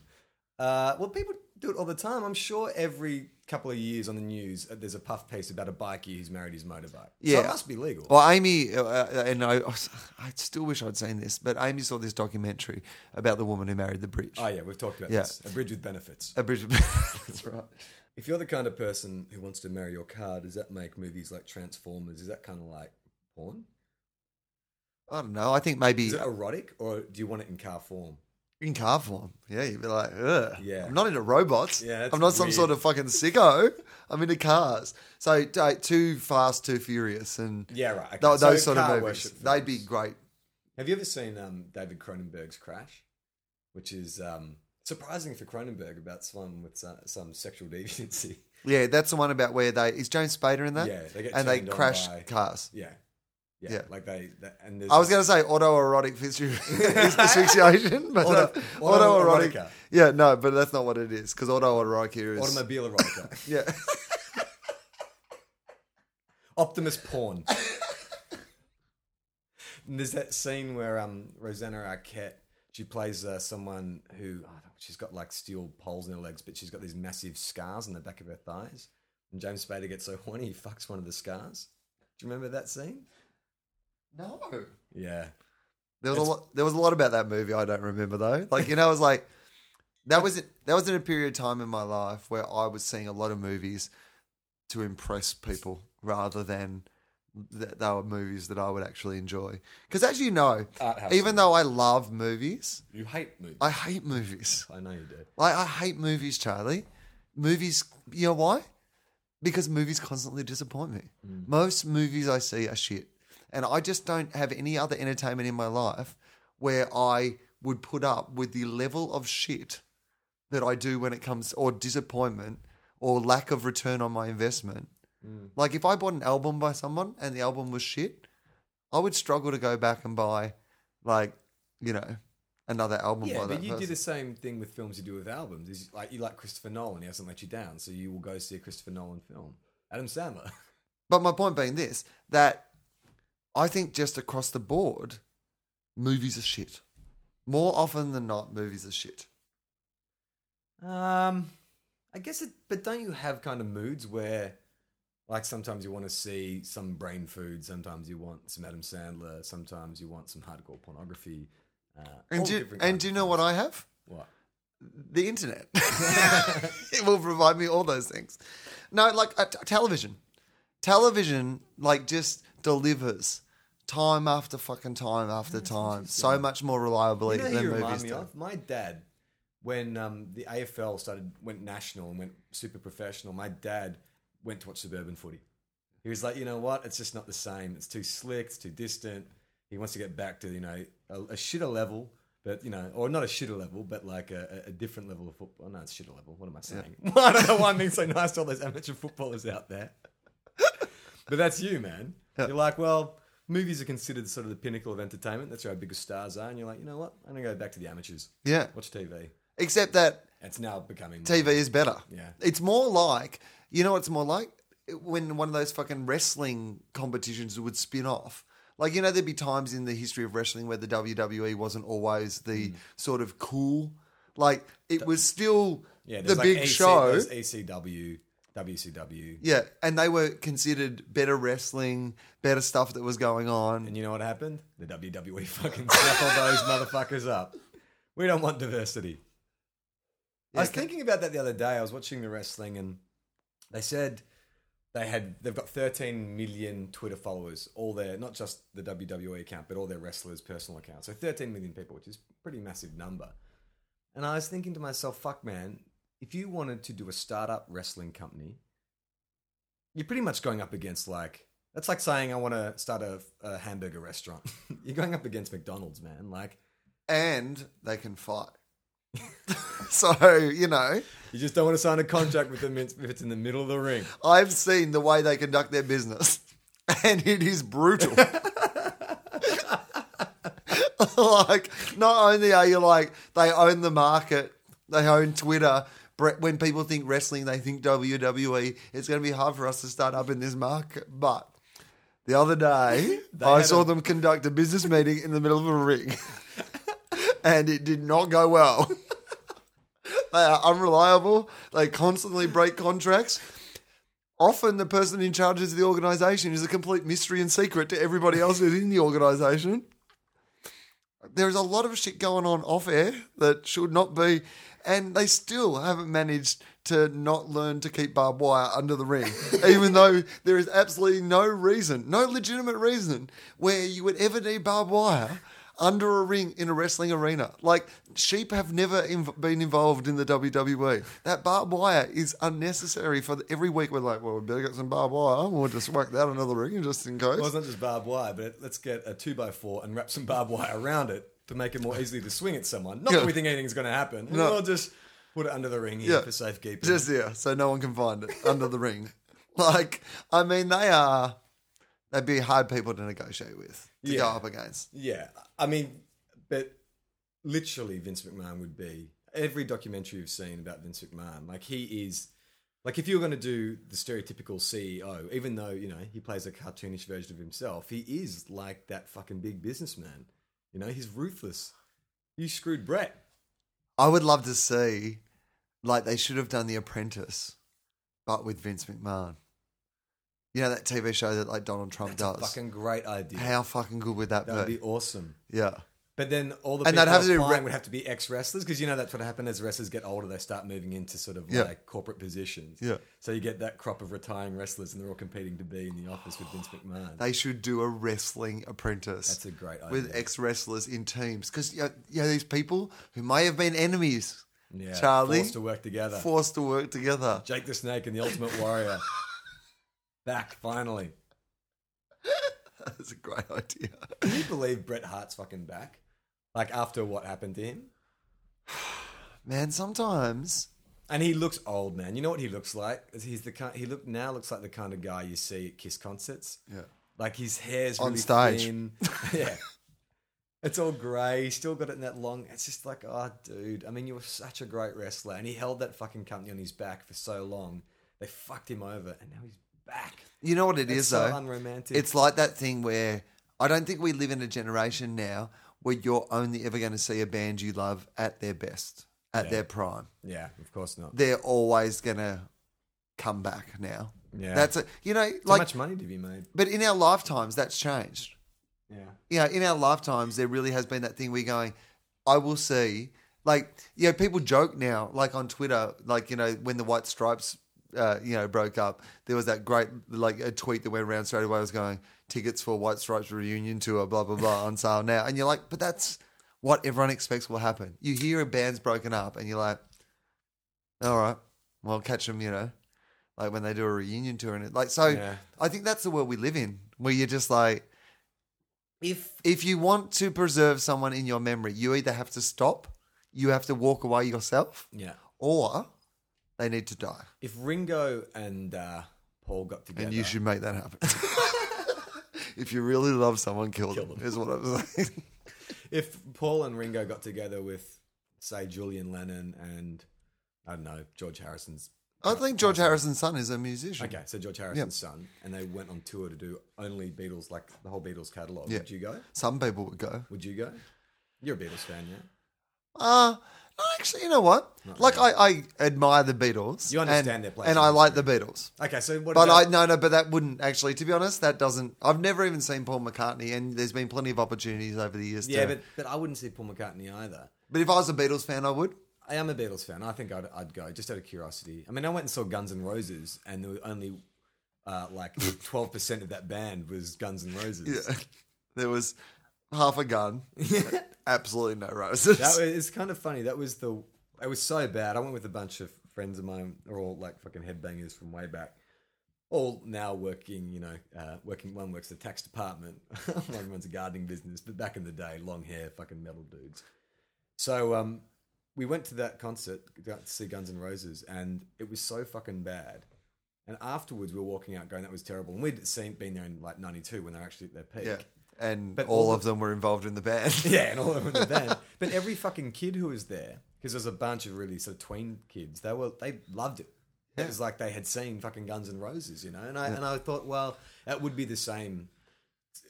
[SPEAKER 1] Uh, well, people do it all the time. I'm sure every couple of years on the news, uh, there's a puff piece about a bikie who's married his motorbike.
[SPEAKER 2] Yeah.
[SPEAKER 1] so it must be legal.
[SPEAKER 2] Well, Amy, uh, uh, and I, I still wish I'd seen this, but Amy saw this documentary about the woman who married the bridge.
[SPEAKER 1] oh yeah, we've talked about
[SPEAKER 2] Yeah. Uh,
[SPEAKER 1] this. A bridge with benefits.
[SPEAKER 2] A bridge. That's right.
[SPEAKER 1] If you're the kind of person who wants to marry your car, does that make movies like Transformers? Is that kind of like porn?
[SPEAKER 2] I don't know. I think maybe
[SPEAKER 1] Is it erotic, or do you want it in car form?
[SPEAKER 2] in car form. Yeah, you'd be like, Ugh,
[SPEAKER 1] Yeah.
[SPEAKER 2] I'm not into robots.
[SPEAKER 1] Yeah, that's
[SPEAKER 2] I'm not some
[SPEAKER 1] weird.
[SPEAKER 2] sort of fucking sicko. I'm into cars. So uh, too fast, too furious, and
[SPEAKER 1] Yeah, right. okay.
[SPEAKER 2] tho-
[SPEAKER 1] So
[SPEAKER 2] those sort of
[SPEAKER 1] car
[SPEAKER 2] movies.
[SPEAKER 1] worship
[SPEAKER 2] They'd be
[SPEAKER 1] films.
[SPEAKER 2] great.
[SPEAKER 1] Have you ever seen um, David Cronenberg's Crash, which is um, surprising for Cronenberg about someone with some, some sexual deviancy?
[SPEAKER 2] Yeah, that's the one about where they is James Spader in that.
[SPEAKER 1] Yeah, they get
[SPEAKER 2] and they
[SPEAKER 1] turned on
[SPEAKER 2] crash
[SPEAKER 1] by-
[SPEAKER 2] cars.
[SPEAKER 1] Yeah. Yeah,
[SPEAKER 2] Yeah.
[SPEAKER 1] like they, that and there's
[SPEAKER 2] I was going to say autoerotic asphyxi- asphyxiation, but
[SPEAKER 1] Auto-
[SPEAKER 2] that-
[SPEAKER 1] autoerotic.
[SPEAKER 2] autoerotic. Yeah, no, but that's not what it is because autoerotic is
[SPEAKER 1] automobile erotica,
[SPEAKER 2] yeah,
[SPEAKER 1] Optimus porn. And there's that scene where um, Rosanna Arquette she plays uh, someone who I don't know, she's got like steel poles in her legs, but she's got these massive scars on the back of her thighs. And James Spader gets so horny, he fucks one of the scars. Do you remember that scene?
[SPEAKER 2] No.
[SPEAKER 1] Yeah,
[SPEAKER 2] There was a lot. There was a lot about that movie I don't remember though. Like you know, I was like, that was that was in a period of time in my life where I was seeing a lot of movies to impress people rather than that they were movies that I would actually enjoy. Because as you know,
[SPEAKER 1] Art house
[SPEAKER 2] even
[SPEAKER 1] cinema.
[SPEAKER 2] though I love movies,
[SPEAKER 1] you hate movies.
[SPEAKER 2] I hate movies.
[SPEAKER 1] I know you do.
[SPEAKER 2] Like I hate movies, Charlie. Movies, you know why? Because movies constantly disappoint me.
[SPEAKER 1] Mm.
[SPEAKER 2] Most movies I see are shit, and I just don't have any other entertainment in my life where I would put up with the level of shit that I do when it comes or disappointment or lack of return on my investment.
[SPEAKER 1] Mm.
[SPEAKER 2] Like if I bought an album by someone and the album was shit, I would struggle to go back and buy like, you know, another album
[SPEAKER 1] Yeah,
[SPEAKER 2] by
[SPEAKER 1] but
[SPEAKER 2] that
[SPEAKER 1] you
[SPEAKER 2] person.
[SPEAKER 1] do the same thing with films you do with albums. Is like you like Christopher Nolan, he hasn't let you down, so you will go see a Christopher Nolan film. Adam Sandler.
[SPEAKER 2] But my point being this that I think just across the board, movies are shit. More often than not, movies are shit.
[SPEAKER 1] Um, I guess it. But don't you have kind of moods where, like, sometimes you want to see some brain food, sometimes you want some Adam Sandler, sometimes you want some hardcore pornography. Uh,
[SPEAKER 2] And
[SPEAKER 1] all
[SPEAKER 2] do,
[SPEAKER 1] different
[SPEAKER 2] and
[SPEAKER 1] kinds
[SPEAKER 2] do you
[SPEAKER 1] of
[SPEAKER 2] know what I have?
[SPEAKER 1] things. What?
[SPEAKER 2] The internet. it will provide me all those things. No, like uh, t- television. Television, like, just delivers time after fucking time after time. So much more reliably
[SPEAKER 1] You know who
[SPEAKER 2] than
[SPEAKER 1] you
[SPEAKER 2] movies
[SPEAKER 1] remind me
[SPEAKER 2] do.
[SPEAKER 1] of? My dad, when um, the AFL started, went national and went super professional, my dad went to watch suburban footy. He was like, you know what? It's just not the same. It's too slick. It's too distant. He wants to get back to, you know, a, a shitter level, but, you know, or not a shitter level, but like a, a- a different level of football. No, it's shitter level. What am I saying? I don't know why I'm being so nice to all those amateur footballers out there. But that's you, man. You're like, well, movies are considered sort of the pinnacle of entertainment. That's where our biggest stars are. And you're like, you know what? I'm going to go back to the amateurs.
[SPEAKER 2] Yeah.
[SPEAKER 1] Watch TV.
[SPEAKER 2] Except that
[SPEAKER 1] It's now becoming.
[SPEAKER 2] TV is better.
[SPEAKER 1] Yeah.
[SPEAKER 2] It's more like, you know what it's more like? When one of those fucking wrestling competitions would spin off. Like, you know, there'd be times in the history of wrestling where the WWE wasn't always the
[SPEAKER 1] Hmm.
[SPEAKER 2] sort of cool. Like, it was still
[SPEAKER 1] Yeah,
[SPEAKER 2] the
[SPEAKER 1] there's like
[SPEAKER 2] big
[SPEAKER 1] AC
[SPEAKER 2] show.
[SPEAKER 1] There's E ECW, WCW.
[SPEAKER 2] Yeah. And they were considered better wrestling, better stuff that was going on.
[SPEAKER 1] And you know what happened? The WWE fucking stuck all those motherfuckers up. We don't want diversity. I was
[SPEAKER 2] okay.
[SPEAKER 1] thinking about that the other day. I was watching the wrestling and they said they had they've got 13 million Twitter followers, all their not just the WWE account, but all their wrestlers' personal accounts. So 13 million people, which is a pretty massive number. And I was thinking to myself, fuck man, if you wanted to do a startup wrestling company, you're pretty much going up against like that's like saying I want to start a, a hamburger restaurant. you're going up against McDonald's, man. Like
[SPEAKER 2] And they can fight. so, you know.
[SPEAKER 1] you just don't want to sign a contract with them if it's in the middle of the ring.
[SPEAKER 2] I've seen the way they conduct their business, and it is brutal. like, not only are you like, they own the market, they own Twitter. Bre- When people think wrestling, they think WWE. It's going to be hard for us to start up in this market. But the other day, I
[SPEAKER 1] had
[SPEAKER 2] saw
[SPEAKER 1] a-
[SPEAKER 2] them conduct a business meeting in the middle of a ring, and it did not go well. They are unreliable. They constantly break contracts. Often, the person in charge of the organization is a complete mystery and secret to everybody else who's in the organization. There's a lot of shit going on off air that should not be, and they still haven't managed to not learn to keep barbed wire under the ring, even though there is absolutely no reason, no legitimate reason, where you would ever need barbed wire under a ring in a wrestling arena. Like sheep have never inv- been involved in the WWE. That barbed wire is unnecessary. For the- every week we're like, well, we better get some barbed wire. We'll just whack that under the ring just in case.
[SPEAKER 1] Well, it's not just barbed wire, but let's get a two by four and wrap some barbed wire around it to make it more easily to swing at someone. Not
[SPEAKER 2] Yeah.
[SPEAKER 1] that we think anything's going to happen.
[SPEAKER 2] No.
[SPEAKER 1] We'll just put it under the ring here
[SPEAKER 2] Yeah.
[SPEAKER 1] for safekeeping.
[SPEAKER 2] Just yeah, so no one can find it under the ring. Like, I mean, they are they'd be hard people to negotiate with to go
[SPEAKER 1] Yeah.
[SPEAKER 2] up against.
[SPEAKER 1] yeah, I mean, but literally, Vince McMahon would be every documentary you've seen about Vince McMahon. Like he is Like if you were going to do the stereotypical CEO, even though you know he plays a cartoonish version of himself, he is like that fucking big businessman. You know, he's ruthless. You screwed Brett.
[SPEAKER 2] I would love to see, like they should have done The Apprentice, but with Vince McMahon. You know that TV show that like Donald Trump does.
[SPEAKER 1] Fucking great idea.
[SPEAKER 2] How fucking good would that,
[SPEAKER 1] that would
[SPEAKER 2] be?
[SPEAKER 1] be awesome.
[SPEAKER 2] Yeah.
[SPEAKER 1] But then all the
[SPEAKER 2] And
[SPEAKER 1] people
[SPEAKER 2] they'd have to do
[SPEAKER 1] applying
[SPEAKER 2] re-
[SPEAKER 1] would have to be ex wrestlers because you know that's what happened as wrestlers get older, they start moving into sort of
[SPEAKER 2] Yeah.
[SPEAKER 1] like corporate positions.
[SPEAKER 2] Yeah.
[SPEAKER 1] So you get that crop of retiring wrestlers, and they're all competing to be in the office with Vince McMahon.
[SPEAKER 2] They should do a wrestling apprentice.
[SPEAKER 1] That's a great idea.
[SPEAKER 2] With ex wrestlers in teams. Because you, know, you know, these people who may have been enemies,
[SPEAKER 1] yeah,
[SPEAKER 2] Charlie,
[SPEAKER 1] forced to work together.
[SPEAKER 2] forced to work together.
[SPEAKER 1] Jake the Snake and the Ultimate Warrior back finally.
[SPEAKER 2] That's a great idea.
[SPEAKER 1] Can you believe Bret Hart's fucking back? Like after what happened to him,
[SPEAKER 2] Man, sometimes.
[SPEAKER 1] and he looks old, man. You know what he looks like? He's the kind, he look now looks like the kind of guy you see at Kiss concerts.
[SPEAKER 2] Yeah.
[SPEAKER 1] Like his hair's
[SPEAKER 2] On
[SPEAKER 1] really
[SPEAKER 2] stage.
[SPEAKER 1] thin. yeah. It's all grey. He's still got it in that long. It's just like, oh, dude. I mean, you were such a great wrestler, and he held that fucking company on his back for so long. They fucked him over, and now he's back.
[SPEAKER 2] You know what it
[SPEAKER 1] It's
[SPEAKER 2] is,
[SPEAKER 1] so
[SPEAKER 2] though?
[SPEAKER 1] unromantic.
[SPEAKER 2] It's like that thing where I don't think we live in a generation now where you're only ever going to see a band you love at their best, at their prime.
[SPEAKER 1] Yeah, of course not.
[SPEAKER 2] They're always going to come back now.
[SPEAKER 1] Yeah.
[SPEAKER 2] That's a, you know,
[SPEAKER 1] How
[SPEAKER 2] like,
[SPEAKER 1] much money did he make?
[SPEAKER 2] but in our lifetimes, that's changed.
[SPEAKER 1] Yeah.
[SPEAKER 2] you know, in our lifetimes, there really has been that thing we're going, I will see. Like, you know, people joke now, like on Twitter, like, you know, when the White Stripes, uh, you know, broke up, there was that great, like, a tweet that went around straight away. It was going, tickets for White Stripes reunion tour, blah, blah, blah, on sale now. And you're like, but that's what everyone expects will happen. You hear a band's broken up and you're like, all right, well, catch them, you know, like when they do a reunion tour. And it, like, so
[SPEAKER 1] Yeah.
[SPEAKER 2] I think that's the world we live in, where you're just like, if if you want to preserve someone in your memory, you either have to stop, you have to walk away yourself,
[SPEAKER 1] Yeah.
[SPEAKER 2] or they need to die.
[SPEAKER 1] If Ringo and uh, Paul got together,
[SPEAKER 2] And you should make that happen. if you really love someone, kill, them, Is what I'm saying.
[SPEAKER 1] if Paul and Ringo got together with, say, Julian Lennon and I don't know George Harrison's.
[SPEAKER 2] I think George Harrison's son is a musician.
[SPEAKER 1] Okay, so George Harrison's son, and they went on tour to do only Beatles, like the whole Beatles catalog.
[SPEAKER 2] Yeah.
[SPEAKER 1] Would you go?
[SPEAKER 2] Some people would go.
[SPEAKER 1] Would you go? You're a Beatles fan, yeah.
[SPEAKER 2] Uh no, actually, you know what? like I, I admire the Beatles.
[SPEAKER 1] You understand
[SPEAKER 2] and,
[SPEAKER 1] their place
[SPEAKER 2] and
[SPEAKER 1] in
[SPEAKER 2] I like the Beatles.
[SPEAKER 1] Okay, so what?
[SPEAKER 2] But I
[SPEAKER 1] about,
[SPEAKER 2] no no, but that wouldn't actually. To be honest, that doesn't. I've never even seen Paul McCartney, and there's been plenty of opportunities over the years.
[SPEAKER 1] yeah,
[SPEAKER 2] to,
[SPEAKER 1] but but I wouldn't see Paul McCartney either.
[SPEAKER 2] But if I was a Beatles fan, I would.
[SPEAKER 1] I am a Beatles fan. I think I'd, I'd go just out of curiosity. I mean, I went and saw Guns N' Roses, and there were only uh, like twelve percent of that band was Guns N' Roses.
[SPEAKER 2] There was half a gun, absolutely no roses.
[SPEAKER 1] That was, it's kind of funny. That was the. It was so bad. I went with a bunch of friends of mine. They're all like fucking headbangers from way back. All now working, you know, uh, working. One works the tax department. one runs a gardening business. But back in the day, long hair, fucking metal dudes. So um, we went to that concert got to see Guns N' Roses, and it was so fucking bad. And afterwards, we were walking out going, "That was terrible." And we'd seen been there in like '92 when they're actually at their peak.
[SPEAKER 2] yeah, and
[SPEAKER 1] But
[SPEAKER 2] all
[SPEAKER 1] all
[SPEAKER 2] of them were involved in the band.
[SPEAKER 1] Yeah, and all of them in the band. But every fucking kid who was there, because there was a bunch of really sort of tween kids, they were they loved it. It was like they had seen fucking Guns N' Roses, you know. And I and I thought, well, that would be the same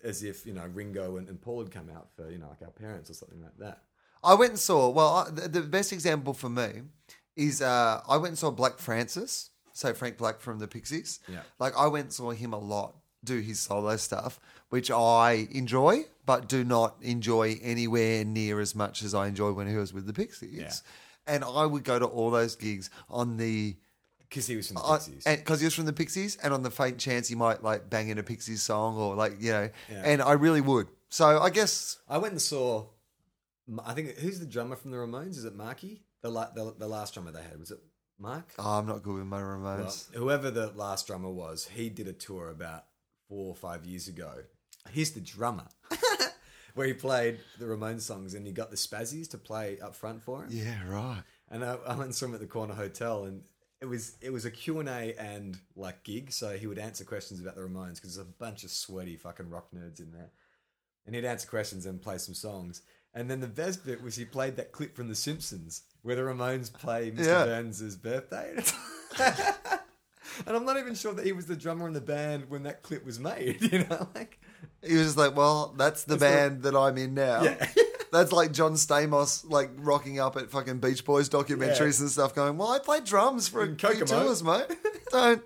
[SPEAKER 1] as if you know Ringo and, and Paul had come out for you know like our parents or something like that.
[SPEAKER 2] I went and saw. Well, I, the, the best example for me is uh, I went and saw Black Francis, so Frank Black from the Pixies.
[SPEAKER 1] Yeah.
[SPEAKER 2] like I went and saw him a lot do his solo stuff, which I enjoy, but do not enjoy anywhere near as much as I enjoy when he was with the Pixies.
[SPEAKER 1] Yeah.
[SPEAKER 2] And I would go to all those gigs on the
[SPEAKER 1] Because he was from the Pixies.
[SPEAKER 2] because he was from the Pixies, and on the faint chance he might like bang in a Pixies song or like you know, and I really would. So I guess
[SPEAKER 1] I went and saw. I think who's the drummer from the Ramones? Is it Marky? The la- the, the last drummer they had was it Mark?
[SPEAKER 2] oh, I'm not good with my Ramones.
[SPEAKER 1] Well, whoever the last drummer was, he did a tour about four or five years ago. He's the drummer, where he played the Ramones songs and he got the Spazzies to play up front for him.
[SPEAKER 2] yeah, right.
[SPEAKER 1] And I, I went and saw him at the Corner Hotel, and it was it was a Q and A and like gig, so he would answer questions about the Ramones because there's a bunch of sweaty fucking rock nerds in there, and he'd answer questions and play some songs. And then the best bit was he played that clip from The Simpsons where the Ramones play Mr.
[SPEAKER 2] Yeah.
[SPEAKER 1] Burns' birthday. And I'm not even sure that he was the drummer in the band when that clip was made. You know, like
[SPEAKER 2] He was just like, well, that's the band that I'm in now.
[SPEAKER 1] Yeah.
[SPEAKER 2] That's like John Stamos, like rocking up at fucking Beach Boys documentaries and stuff, going, "Well, I played drums for a
[SPEAKER 1] In
[SPEAKER 2] few
[SPEAKER 1] Kokomo."
[SPEAKER 2] tours, mate." Don't,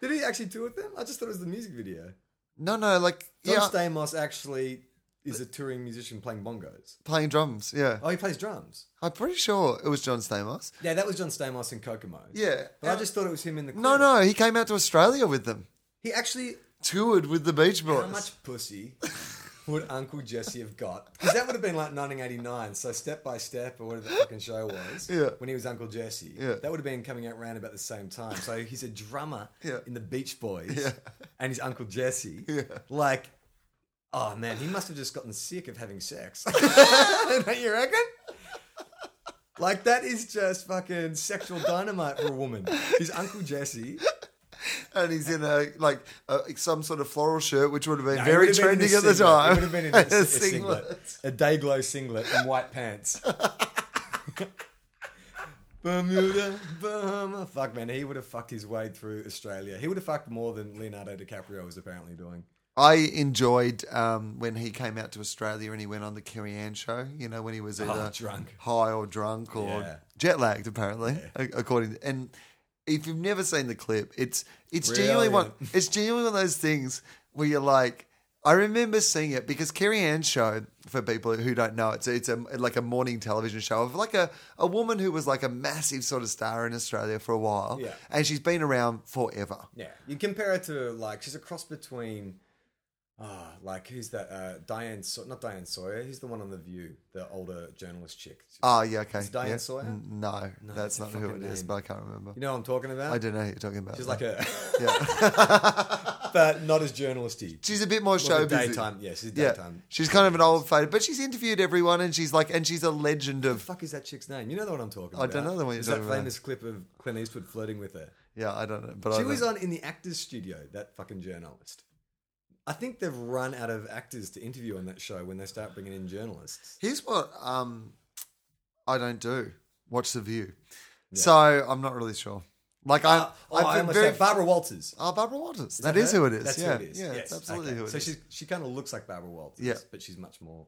[SPEAKER 1] did he actually do it then? I just thought it was the music video.
[SPEAKER 2] no, no, like
[SPEAKER 1] John
[SPEAKER 2] yeah,
[SPEAKER 1] Stamos actually is a touring musician playing bongos.
[SPEAKER 2] playing drums. Yeah,
[SPEAKER 1] Oh, he plays drums.
[SPEAKER 2] I'm pretty sure it was John Stamos.
[SPEAKER 1] Yeah, that was John Stamos in Kokomo.
[SPEAKER 2] Yeah,
[SPEAKER 1] But I just thought it was him in the clip.
[SPEAKER 2] no, no, he came out to Australia with them,
[SPEAKER 1] He actually
[SPEAKER 2] toured with the Beach Boys.
[SPEAKER 1] How much pussy would Uncle Jesse have got? Because that would have been like 1989. So step by step, or whatever the fucking show was,
[SPEAKER 2] Yeah.
[SPEAKER 1] when he was Uncle Jesse,
[SPEAKER 2] Yeah.
[SPEAKER 1] that would have been coming out round about the same time. So he's a drummer
[SPEAKER 2] Yeah.
[SPEAKER 1] in the Beach Boys,
[SPEAKER 2] Yeah.
[SPEAKER 1] and he's Uncle Jesse.
[SPEAKER 2] Yeah.
[SPEAKER 1] Like, oh man, he must have just gotten sick of having sex. Don't you reckon? Like that is just fucking sexual dynamite for a woman. He's Uncle Jesse.
[SPEAKER 2] And he's in a like a, some sort of floral shirt, which would have been
[SPEAKER 1] No,
[SPEAKER 2] very
[SPEAKER 1] it would have been
[SPEAKER 2] trending
[SPEAKER 1] in a
[SPEAKER 2] at the
[SPEAKER 1] singlet.
[SPEAKER 2] time.
[SPEAKER 1] It would have been in a, a
[SPEAKER 2] singlet.
[SPEAKER 1] singlet, a day glow singlet and white pants. Bermuda, Bahama. Fuck, man, he would have fucked his way through Australia. He would have fucked more than Leonardo DiCaprio was apparently doing.
[SPEAKER 2] I enjoyed um, when he came out to Australia and he went on the Kerry Ann show. You know, when he was either
[SPEAKER 1] Oh, drunk.
[SPEAKER 2] high or drunk or
[SPEAKER 1] Yeah.
[SPEAKER 2] jet lagged, apparently, a- according. To, and if you've never seen the clip, it's it's genuinely one.
[SPEAKER 1] Brilliant.
[SPEAKER 2] It's genuinely one of those things where you're like, I remember seeing it because Kerry Ann show for people who don't know, it's it's a like a morning television show of like a a woman who was like a massive sort of star in Australia for a while,
[SPEAKER 1] Yeah.
[SPEAKER 2] and she's been around forever.
[SPEAKER 1] Yeah, you compare her to like she's a cross between, ah, like who's that? Uh, Diane, so- not Diane Sawyer. Who's the one on the View? The older journalist chick.
[SPEAKER 2] Oh, yeah, okay.
[SPEAKER 1] It's Diane
[SPEAKER 2] yeah.
[SPEAKER 1] Sawyer?
[SPEAKER 2] N- No,
[SPEAKER 1] No,
[SPEAKER 2] that's
[SPEAKER 1] that's
[SPEAKER 2] not
[SPEAKER 1] her
[SPEAKER 2] who it
[SPEAKER 1] fucking
[SPEAKER 2] is,
[SPEAKER 1] name.
[SPEAKER 2] but I can't remember.
[SPEAKER 1] You know what I'm talking about?
[SPEAKER 2] I don't know who you're talking about.
[SPEAKER 1] She's
[SPEAKER 2] though.
[SPEAKER 1] like a,
[SPEAKER 2] yeah.
[SPEAKER 1] but not as journalisty.
[SPEAKER 2] she's a bit more
[SPEAKER 1] Well,
[SPEAKER 2] show
[SPEAKER 1] the
[SPEAKER 2] busy.
[SPEAKER 1] daytime. Yeah, she's
[SPEAKER 2] Yeah,
[SPEAKER 1] daytime.
[SPEAKER 2] she's kind of an old faded, but she's interviewed everyone, and she's like, and she's a legend of.
[SPEAKER 1] fuck is that chick's name? You know the one I'm talking
[SPEAKER 2] I
[SPEAKER 1] about.
[SPEAKER 2] don't know the one you're
[SPEAKER 1] It's
[SPEAKER 2] talking
[SPEAKER 1] that
[SPEAKER 2] about.
[SPEAKER 1] famous clip of Clint Eastwood flirting with her.
[SPEAKER 2] Yeah, I don't know, but I
[SPEAKER 1] She
[SPEAKER 2] don't-
[SPEAKER 1] was on in the actors' studio. That fucking journalist. I think they've run out of actors to interview on that show when they start bringing in journalists.
[SPEAKER 2] Here's what um, I don't do: watch the View. So I'm not really sure. Like I'm,
[SPEAKER 1] Oh, I
[SPEAKER 2] I'm
[SPEAKER 1] almost
[SPEAKER 2] very.
[SPEAKER 1] said Barbara Walters.
[SPEAKER 2] oh, Barbara Waters.
[SPEAKER 1] Is
[SPEAKER 2] that is
[SPEAKER 1] her?
[SPEAKER 2] who it is.
[SPEAKER 1] That's
[SPEAKER 2] yeah,
[SPEAKER 1] who it is.
[SPEAKER 2] yeah,
[SPEAKER 1] yes.
[SPEAKER 2] it's absolutely
[SPEAKER 1] okay.
[SPEAKER 2] who it is.
[SPEAKER 1] so she she kind of looks like Barbara Walters.
[SPEAKER 2] Yeah.
[SPEAKER 1] but she's much more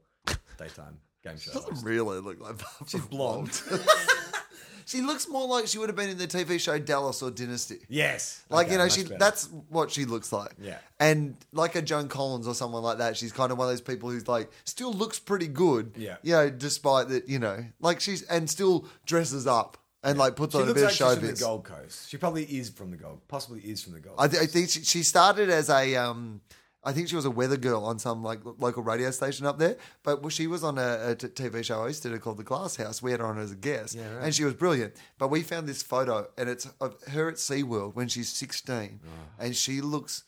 [SPEAKER 1] daytime game show.
[SPEAKER 2] doesn't really look like Barbara.
[SPEAKER 1] She's blonde.
[SPEAKER 2] She looks more like she would have been in the TV show Dallas or Dynasty.
[SPEAKER 1] yes,
[SPEAKER 2] Like
[SPEAKER 1] Okay,
[SPEAKER 2] you know,
[SPEAKER 1] much
[SPEAKER 2] she
[SPEAKER 1] better.
[SPEAKER 2] that's what she looks like.
[SPEAKER 1] Yeah.
[SPEAKER 2] and like a Joan Collins or someone like that, she's kind of one of those people who's like still looks pretty good.
[SPEAKER 1] Yeah.
[SPEAKER 2] you know, despite that, you know, like she's and still dresses up and like puts
[SPEAKER 1] she
[SPEAKER 2] on a
[SPEAKER 1] looks
[SPEAKER 2] bit
[SPEAKER 1] like she's
[SPEAKER 2] of
[SPEAKER 1] from the
[SPEAKER 2] showbiz.
[SPEAKER 1] Gold Coast. She probably is from the Gold. Possibly is from the Gold.
[SPEAKER 2] I, th- I think she, she started as a um, I think she was a weather girl on some like lo- local radio station up there. But well, she was on a, a t- TV show I used to do called The Glass House. We had her on as a guest,
[SPEAKER 1] Yeah, right.
[SPEAKER 2] and she was brilliant. But we found this photo, and it's of her at SeaWorld when she's 16,
[SPEAKER 1] Ah.
[SPEAKER 2] and she looks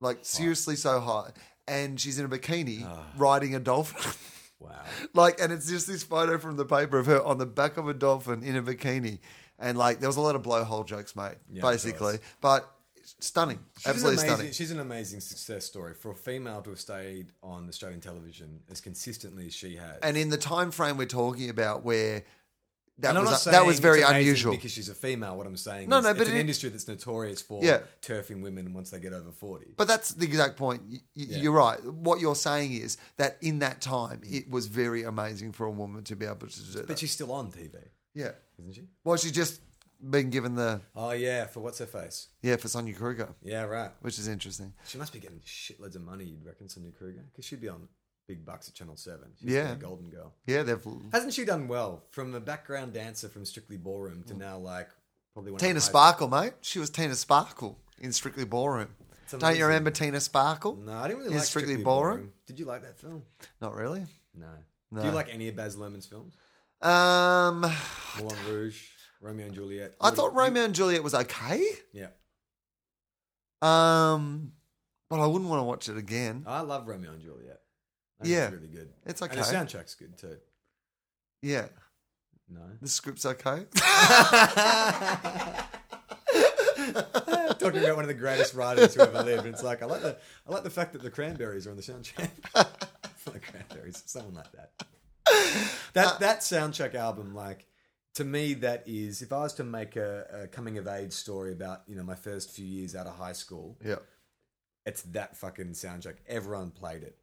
[SPEAKER 2] like seriously so hot, and she's in a bikini
[SPEAKER 1] Ah.
[SPEAKER 2] riding a dolphin.
[SPEAKER 1] Wow.
[SPEAKER 2] Like, and it's just this photo from the paper of her on the back of a dolphin in a bikini. And like, there was a lot of blowhole jokes, mate,
[SPEAKER 1] Yeah,
[SPEAKER 2] basically.
[SPEAKER 1] there
[SPEAKER 2] But stunning. Absolutely
[SPEAKER 1] an amazing,
[SPEAKER 2] stunning.
[SPEAKER 1] She's an amazing success story for a female to have stayed on Australian television as consistently as she has.
[SPEAKER 2] and in the time frame we're talking about, where that
[SPEAKER 1] And I'm not
[SPEAKER 2] was uh,
[SPEAKER 1] saying
[SPEAKER 2] that was
[SPEAKER 1] it's
[SPEAKER 2] very
[SPEAKER 1] amazing
[SPEAKER 2] unusual.
[SPEAKER 1] because she's a female. What I'm saying,
[SPEAKER 2] No,
[SPEAKER 1] is
[SPEAKER 2] no,
[SPEAKER 1] it's
[SPEAKER 2] but
[SPEAKER 1] an
[SPEAKER 2] it-
[SPEAKER 1] industry that's notorious for
[SPEAKER 2] Yeah.
[SPEAKER 1] turfing women once they get over forty.
[SPEAKER 2] But that's the exact point. Y- y- You're right. What you're saying is that in that time, it was very amazing for a woman to be able to do
[SPEAKER 1] But
[SPEAKER 2] that.
[SPEAKER 1] she's still on TV,
[SPEAKER 2] Yeah.
[SPEAKER 1] isn't she?
[SPEAKER 2] Well, she's just been given the
[SPEAKER 1] Oh yeah, for what's her face?
[SPEAKER 2] yeah for Sonia Kruger,
[SPEAKER 1] Yeah, right.
[SPEAKER 2] which is interesting.
[SPEAKER 1] She must be getting shitloads of money, you'd reckon, Sonia Kruger, because she'd be on big bucks at Channel Seven. She's been
[SPEAKER 2] Yeah.
[SPEAKER 1] a golden girl.
[SPEAKER 2] Yeah, they've
[SPEAKER 1] Hasn't she done well from a background dancer from Strictly Ballroom to now like probably one of the
[SPEAKER 2] Mm. Tina
[SPEAKER 1] highest-
[SPEAKER 2] Sparkle, mate. She was Tina Sparkle in Strictly Ballroom. Don't you
[SPEAKER 1] amazing. Mm.
[SPEAKER 2] remember Tina Sparkle?
[SPEAKER 1] No, I didn't really
[SPEAKER 2] in
[SPEAKER 1] like
[SPEAKER 2] Strictly,
[SPEAKER 1] Strictly,
[SPEAKER 2] Ballroom.
[SPEAKER 1] Did you like that film?
[SPEAKER 2] Not really.
[SPEAKER 1] No.
[SPEAKER 2] No.
[SPEAKER 1] Do you like any of Baz Luhrmann's films?
[SPEAKER 2] Um,
[SPEAKER 1] Moulin Rouge, Romeo and Juliet.
[SPEAKER 2] I
[SPEAKER 1] What-
[SPEAKER 2] thought Romeo and Juliet was okay.
[SPEAKER 1] Yeah,
[SPEAKER 2] Um, but I wouldn't want to watch it again.
[SPEAKER 1] I love Romeo and Juliet. I think
[SPEAKER 2] Yeah.
[SPEAKER 1] it's really good.
[SPEAKER 2] It's
[SPEAKER 1] And
[SPEAKER 2] okay.
[SPEAKER 1] the soundtrack's good too.
[SPEAKER 2] Yeah,
[SPEAKER 1] No,
[SPEAKER 2] the script's okay.
[SPEAKER 1] talking about one of the greatest writers who ever lived. It's like I like the I like the fact that the Cranberries are on the soundtrack.
[SPEAKER 2] Uh,
[SPEAKER 1] the Cranberries, someone like that. That that soundtrack album, like to me that is if i was to make a, a coming of age story about you know my first few years out of high school
[SPEAKER 2] Yeah.
[SPEAKER 1] it's that fucking soundtrack everyone played it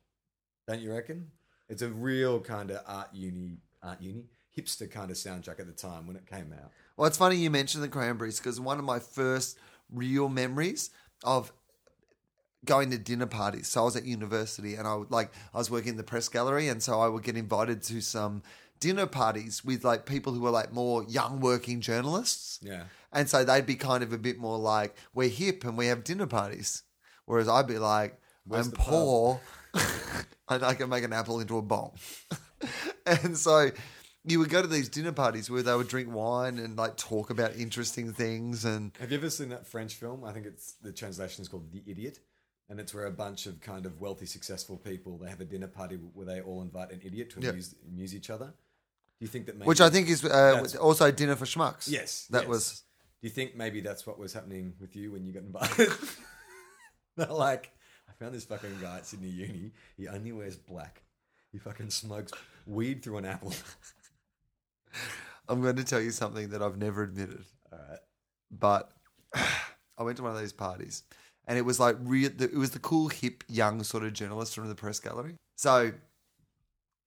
[SPEAKER 1] don't you reckon it's a real kind of art uni art uni hipster kind of soundtrack at the time when it came out
[SPEAKER 2] Well, it's funny you mentioned the cranberries because one of my first real memories of going to dinner parties. So I was at university and I would like I was working in the press gallery and so I would get invited to some dinner parties with like people who were like more young working journalists.
[SPEAKER 1] Yeah.
[SPEAKER 2] And so they'd be kind of a bit more like, we're hip and we have dinner parties. Whereas I'd be like, I'm
[SPEAKER 1] the pub?"
[SPEAKER 2] poor and I can make an apple into a bomb. and so you would go to these dinner parties where they would drink wine and like talk about interesting things and
[SPEAKER 1] Have you ever seen that French film? I think it's the translation is called The Idiot, and it's where a bunch of kind of wealthy, successful people they have a dinner party where they all invite an idiot to
[SPEAKER 2] Yeah.
[SPEAKER 1] amuse, amuse each other. Do you think that maybe
[SPEAKER 2] which I think is uh,
[SPEAKER 1] That's-
[SPEAKER 2] also dinner for schmucks.
[SPEAKER 1] yes
[SPEAKER 2] that
[SPEAKER 1] yes.
[SPEAKER 2] was
[SPEAKER 1] Do you think maybe that's what was happening with you when you got invited? They're like, I found this fucking guy at Sydney Uni. He only wears black. He fucking smokes weed through an apple.
[SPEAKER 2] I'm going to tell you something that I've never admitted. All right. But I went to one of those parties and it was like real, it was the cool, hip, young sort of journalist from the press gallery. So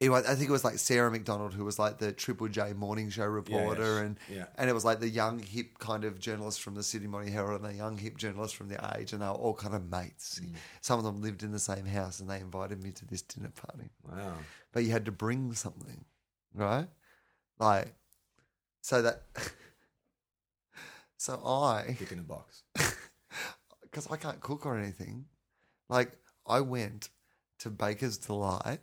[SPEAKER 2] it was, I think it was like Sarah McDonald, who was like the Triple J morning show reporter.
[SPEAKER 1] yes.
[SPEAKER 2] And,
[SPEAKER 1] Yeah.
[SPEAKER 2] and it was like the young, hip kind of journalist from the Sydney Morning Herald and the young, hip journalist from the Age. And they were all kind of mates. Some of them lived in the same house and they invited me to this dinner party
[SPEAKER 1] Wow.
[SPEAKER 2] but you had to bring something, right? Like, so that, so I,
[SPEAKER 1] Dick in a box.
[SPEAKER 2] because I can't cook or anything, like, I went to Baker's Delight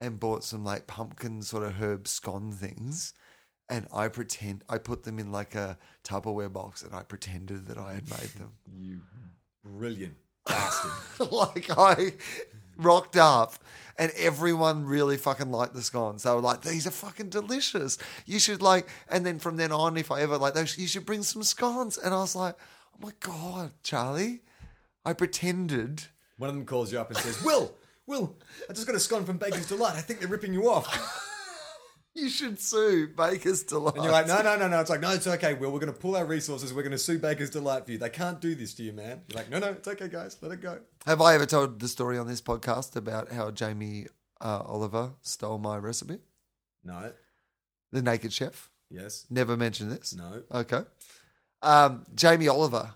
[SPEAKER 2] and bought some like pumpkin sort of herb scone things. And I pretend, I put them in like a Tupperware box and I pretended that I had made them.
[SPEAKER 1] You brilliant bastard.
[SPEAKER 2] like I rocked up and everyone really fucking liked the scones. They were like, these are fucking delicious. You should like, and then from then on, if I ever like those, you should bring some scones. And I was like, oh my God, Charlie. I pretended.
[SPEAKER 1] One of them calls you up and says, Will, Will, I just got a scone from Baker's Delight. I think they're ripping you off.
[SPEAKER 2] You should sue Baker's Delight.
[SPEAKER 1] And you're like, no, no, no, no. It's like, no, it's okay, Will. We're going to pull our resources. We're going to sue Baker's Delight for you. They can't do this to you, man. You're like, no, no, it's okay, guys. Let it go.
[SPEAKER 2] Have I ever told the story on this podcast about how Jamie uh, Oliver stole my recipe?
[SPEAKER 1] No.
[SPEAKER 2] The Naked Chef.
[SPEAKER 1] Yes.
[SPEAKER 2] Never mentioned this.
[SPEAKER 1] No.
[SPEAKER 2] Okay. Um, Jamie Oliver,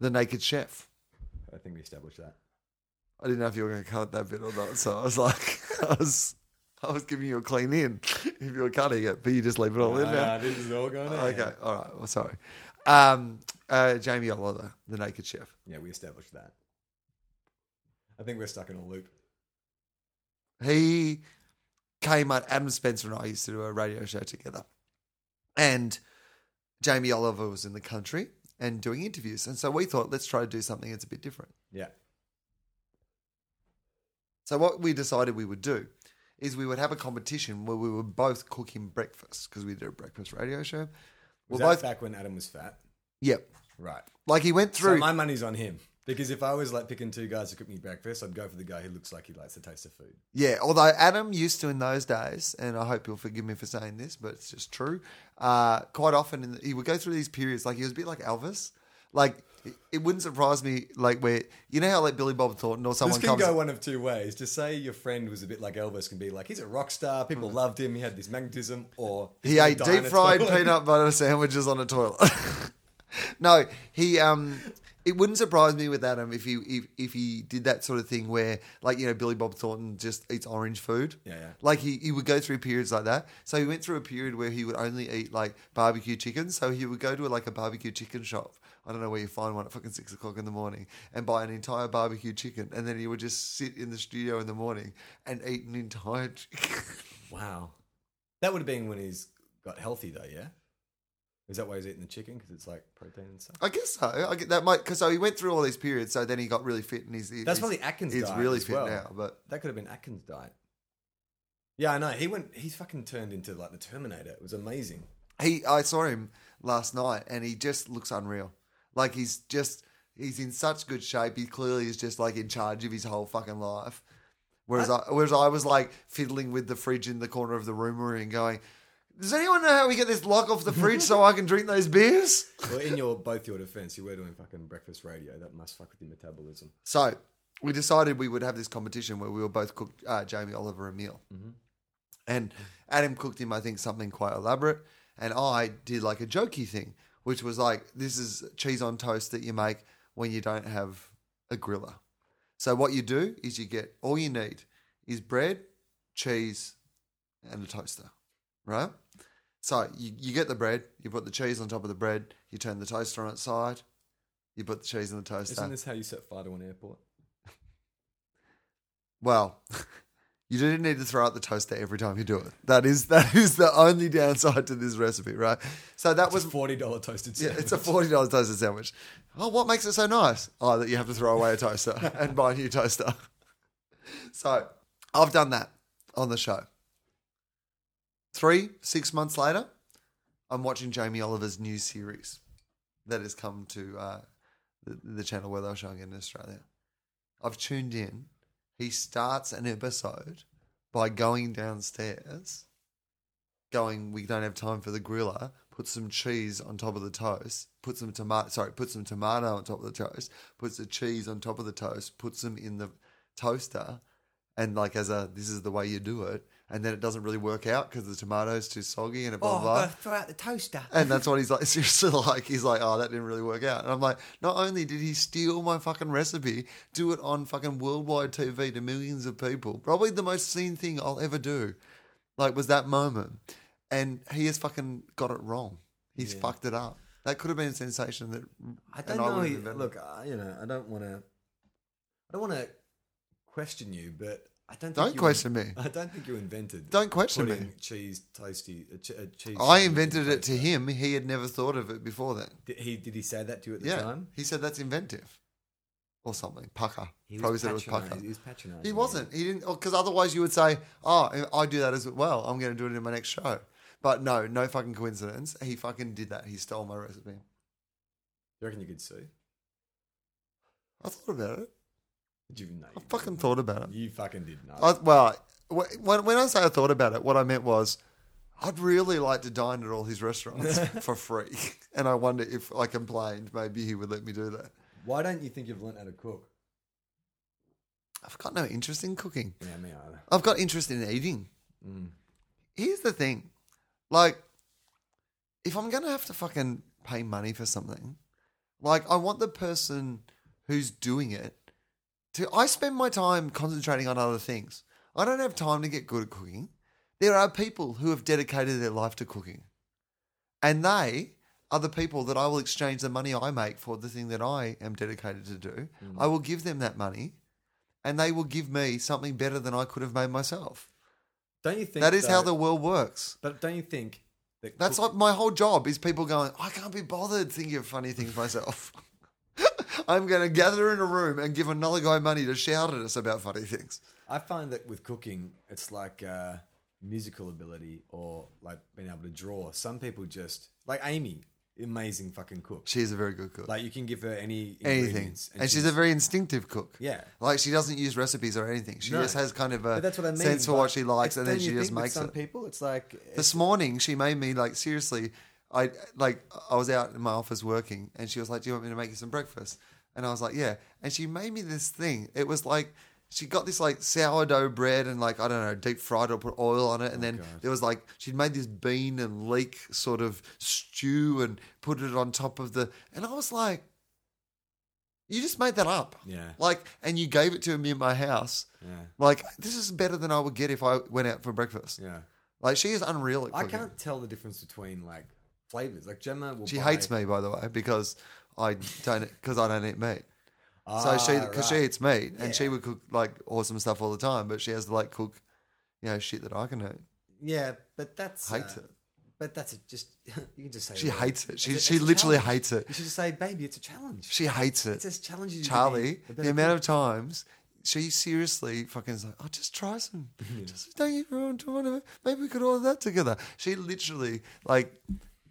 [SPEAKER 2] The Naked Chef.
[SPEAKER 1] I think we established that.
[SPEAKER 2] I didn't know if you were going to cut that bit or not, so I was like, I was, I was giving you a clean in if you were cutting it, but you just leave it all in now.
[SPEAKER 1] Ah, this is all going on.
[SPEAKER 2] Okay, all right. Well, sorry. Um, uh, Jamie Oliver, the Naked Chef.
[SPEAKER 1] Yeah, we established that. I think we're stuck in a loop.
[SPEAKER 2] He came out. Adam Spencer and I used to do a radio show together, and Jamie Oliver was in the country and doing interviews, and so we thought, let's try to do something that's a bit different.
[SPEAKER 1] Yeah.
[SPEAKER 2] So what we decided we would do is we would have a competition where we would both cook him breakfast because we did a breakfast radio show.
[SPEAKER 1] Was
[SPEAKER 2] Well,
[SPEAKER 1] that
[SPEAKER 2] both,
[SPEAKER 1] back when Adam was fat?
[SPEAKER 2] yep.
[SPEAKER 1] Right.
[SPEAKER 2] Like he went
[SPEAKER 1] So
[SPEAKER 2] through.
[SPEAKER 1] my money's on him. Because if I was like picking two guys to cook me breakfast, I'd go for the guy who looks like he likes the taste of food.
[SPEAKER 2] yeah, although Adam used to in those days, and I hope you'll forgive me for saying this, but it's just true. Uh, quite often, in the, he would go through these periods like he was a bit like Elvis. Like it, it wouldn't surprise me, like where you know how like Billy Bob Thornton or someone
[SPEAKER 1] This can
[SPEAKER 2] comes.
[SPEAKER 1] go one of two ways. To say your friend was a bit like Elvis can be like, he's a rock star, people loved him, he had this magnetism, or
[SPEAKER 2] Hmm. He ate
[SPEAKER 1] died in
[SPEAKER 2] deep
[SPEAKER 1] a
[SPEAKER 2] fried
[SPEAKER 1] toilet.
[SPEAKER 2] peanut butter sandwiches on a toilet. no, he um it wouldn't surprise me with Adam if he if, if he did that sort of thing where like you know Billy Bob Thornton just eats orange food.
[SPEAKER 1] Yeah, yeah.
[SPEAKER 2] Like he, he would go through periods like that. So he went through a period where he would only eat like barbecue chicken. So he would go to like a barbecue chicken shop. I don't know where you find one at fucking six o'clock in the morning and buy an entire barbecue chicken. And then he would just sit in the studio in the morning and eat an entire chicken.
[SPEAKER 1] Wow. That would have been when he's got healthy though, yeah? Is that why he's eating the chicken? Because it's like protein and stuff.
[SPEAKER 2] I guess so. I get that might because so he went through all these periods. So then he got really fit, and he's
[SPEAKER 1] That's
[SPEAKER 2] he's,
[SPEAKER 1] probably Atkins
[SPEAKER 2] He's
[SPEAKER 1] diet
[SPEAKER 2] really
[SPEAKER 1] as
[SPEAKER 2] fit
[SPEAKER 1] well.
[SPEAKER 2] now, but
[SPEAKER 1] That could have been Atkins' diet. Yeah, I know. He went. He's fucking turned into like the Terminator. It was amazing.
[SPEAKER 2] he. I saw him last night, and he just looks unreal. Like he's just he's in such good shape. He clearly is just like in charge of his whole fucking life. Whereas I, whereas I was like fiddling with the fridge in the corner of the room we were in, going, Does anyone know how we get this lock off the fridge so I can drink those beers?
[SPEAKER 1] Well, in your both your defense, you were doing fucking breakfast radio. That must fuck with your metabolism.
[SPEAKER 2] So we decided we would have this competition where we were both cooked uh, Jamie Oliver a meal,
[SPEAKER 1] Mm-hmm.
[SPEAKER 2] and Adam cooked him I think something quite elaborate, and I did like a jokey thing, which was like this is cheese on toast that you make when you don't have a griller. So what you do is you get all you need is bread, cheese, and a toaster, right? So you, you get the bread, you put the cheese on top of the bread, you turn the toaster on its side, you put the cheese in the toaster.
[SPEAKER 1] Isn't this how you set fire to an airport?
[SPEAKER 2] Well, you do need to throw out the toaster every time you do it. That is that is the only downside to this recipe, right? So that
[SPEAKER 1] It's
[SPEAKER 2] was
[SPEAKER 1] a forty dollar toasted
[SPEAKER 2] yeah,
[SPEAKER 1] sandwich.
[SPEAKER 2] it's a forty dollars toaster sandwich. Oh, what makes it so nice? Oh, that you have to throw away a toaster and buy a new toaster. So I've done that on the show. Three, six months later, I'm watching Jamie Oliver's new series that has come to uh, the, the channel where they're showing it in Australia. I've tuned in. He starts an episode by going downstairs going, we don't have time for the griller. Put some cheese on top of the toast. Put some tomato. Sorry, put some tomato on top of the toast. Puts the cheese on top of the toast. Puts them in the toaster, and like as a this is the way you do it. And then it doesn't really work out because the tomato's too soggy and it blah blah. blah.
[SPEAKER 1] Oh, throw out the toaster.
[SPEAKER 2] And that's what he's like. Seriously, like he's like, oh, that didn't really work out. And I'm like, not only did he steal my fucking recipe, do it on fucking worldwide TV to millions of people. Probably the most seen thing I'll ever do. Like was that moment, and he has fucking got it wrong. He's fucked it up. That could have been a sensation that
[SPEAKER 1] I
[SPEAKER 2] and
[SPEAKER 1] don't
[SPEAKER 2] I
[SPEAKER 1] know.
[SPEAKER 2] would've
[SPEAKER 1] you-
[SPEAKER 2] invented.
[SPEAKER 1] Look, I, you know, I don't want to. I don't want to question you, but I don't. Think
[SPEAKER 2] Don't
[SPEAKER 1] you
[SPEAKER 2] question me.
[SPEAKER 1] I don't think you invented.
[SPEAKER 2] Don't question
[SPEAKER 1] putting
[SPEAKER 2] me.
[SPEAKER 1] Cheese toasty. A che- a cheese. sandwich
[SPEAKER 2] I
[SPEAKER 1] in
[SPEAKER 2] invented it
[SPEAKER 1] toaster.
[SPEAKER 2] to him. He had never thought of it before then.
[SPEAKER 1] Did he did he say that to you at the
[SPEAKER 2] yeah,
[SPEAKER 1] time?
[SPEAKER 2] he said that's inventive, or something. Pucker.
[SPEAKER 1] He
[SPEAKER 2] Probably said it was pucker.
[SPEAKER 1] patronising- He was patronizing.
[SPEAKER 2] He wasn't. He didn't. Because otherwise, you would say, "Oh, I do that as well. I'm going to do it in my next show." But no, no fucking coincidence. He fucking did that. He stole my recipe.
[SPEAKER 1] You reckon you could sue?
[SPEAKER 2] I thought about it.
[SPEAKER 1] Did you know?
[SPEAKER 2] I fucking thought about it.
[SPEAKER 1] You fucking did know.
[SPEAKER 2] I, well, wh- when, when I say I thought about it, what I meant was, I'd really like to dine at all his restaurants for free, and I wonder if I complained, maybe he would let me do that.
[SPEAKER 1] Why don't you think you've learned how to cook?
[SPEAKER 2] I've got no interest in cooking.
[SPEAKER 1] Yeah, me either.
[SPEAKER 2] I've got interest in eating. Here's the thing. Like, if I'm going to have to fucking pay money for something, like, I want the person who's doing it to. I spend my time concentrating on other things. I don't have time to get good at cooking. There are people who have dedicated their life to cooking, and they are the people that I will exchange the money I make for the thing that I am dedicated to do. I will give them that money, and they will give me something better than I could have made myself.
[SPEAKER 1] Don't you think
[SPEAKER 2] That is how
[SPEAKER 1] though-
[SPEAKER 2] the world works.
[SPEAKER 1] But don't you think that
[SPEAKER 2] That's
[SPEAKER 1] cook-
[SPEAKER 2] like my whole job is people going, I can't be bothered thinking of funny things myself. I'm going to gather in a room and give another guy money to shout at us about funny things.
[SPEAKER 1] I find that with cooking, it's like uh, musical ability or like being able to draw. Some people just like Amy, amazing fucking cook.
[SPEAKER 2] She's a very good cook.
[SPEAKER 1] Like you can give her any
[SPEAKER 2] anything.
[SPEAKER 1] ingredients
[SPEAKER 2] And, she's, a very instinctive cook.
[SPEAKER 1] Yeah.
[SPEAKER 2] Like she doesn't use recipes or anything. She
[SPEAKER 1] No.
[SPEAKER 2] just has kind of a
[SPEAKER 1] But that's what I mean.
[SPEAKER 2] uh, sense for what
[SPEAKER 1] but
[SPEAKER 2] she likes and then
[SPEAKER 1] don't
[SPEAKER 2] she
[SPEAKER 1] you
[SPEAKER 2] just
[SPEAKER 1] think with
[SPEAKER 2] makes
[SPEAKER 1] some
[SPEAKER 2] it.
[SPEAKER 1] people, it's like
[SPEAKER 2] this morning she made me like seriously i like i was out in my office working and she was like do you want me to make you some breakfast and i was like yeah and she made me this thing it was like she got this like sourdough bread and like i don't know deep fried or put oil on it
[SPEAKER 1] Oh,
[SPEAKER 2] and then there was like she'd made this bean and leek sort of stew and put it on top of the and i was like you just made that up
[SPEAKER 1] Yeah.
[SPEAKER 2] like and you gave it to me at my house
[SPEAKER 1] Yeah.
[SPEAKER 2] like this is better than i would get if i went out for breakfast
[SPEAKER 1] yeah.
[SPEAKER 2] like she is unreal at
[SPEAKER 1] I
[SPEAKER 2] cooking.
[SPEAKER 1] can't tell the difference between like flavors. Like Gemma will.
[SPEAKER 2] She
[SPEAKER 1] buy-
[SPEAKER 2] hates me, by the way, because I don't because I don't eat meat. so she
[SPEAKER 1] Ah,
[SPEAKER 2] because
[SPEAKER 1] right.
[SPEAKER 2] she eats meat and she would cook like awesome stuff all the time, but she has to like cook, you know, shit that I can eat.
[SPEAKER 1] Yeah, but that's
[SPEAKER 2] Hates
[SPEAKER 1] uh,
[SPEAKER 2] it.
[SPEAKER 1] But that's a, just you can just say
[SPEAKER 2] She
[SPEAKER 1] like,
[SPEAKER 2] hates it. She
[SPEAKER 1] it's a-
[SPEAKER 2] she
[SPEAKER 1] it's a
[SPEAKER 2] literally
[SPEAKER 1] challenge.
[SPEAKER 2] hates it.
[SPEAKER 1] You should just say, baby, it's a challenge.
[SPEAKER 2] She hates it.
[SPEAKER 1] It's as challenging.
[SPEAKER 2] Charlie, the amount of times she seriously fucking is like, oh, just try some.
[SPEAKER 1] Mm-hmm.
[SPEAKER 2] Just don't you ruin to one of it. Maybe we could order that together. She literally, like,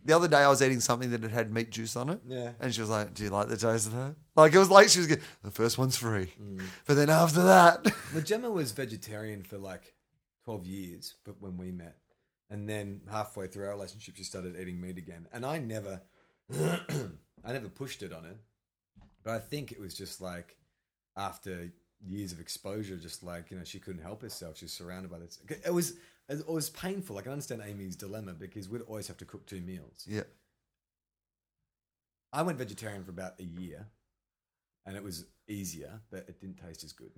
[SPEAKER 2] the other day I was eating something that had had meat juice on it.
[SPEAKER 1] Yeah.
[SPEAKER 2] And she was like, do you like the taste of that? Like, it was like she was getting, the first one's free.
[SPEAKER 1] Mm.
[SPEAKER 2] But then after that,
[SPEAKER 1] Well, Gemma was vegetarian for like twelve years, but when we met, and then halfway through our relationship, she started eating meat again. And I never, I never pushed it on her, but I think it was just like after years of exposure, just like you know, she couldn't help herself. She was surrounded by this. It was it was painful. Like I understand Amy's dilemma because we'd always have to cook two meals.
[SPEAKER 2] Yeah.
[SPEAKER 1] I went vegetarian for about a year, and it was easier, but it didn't taste as good.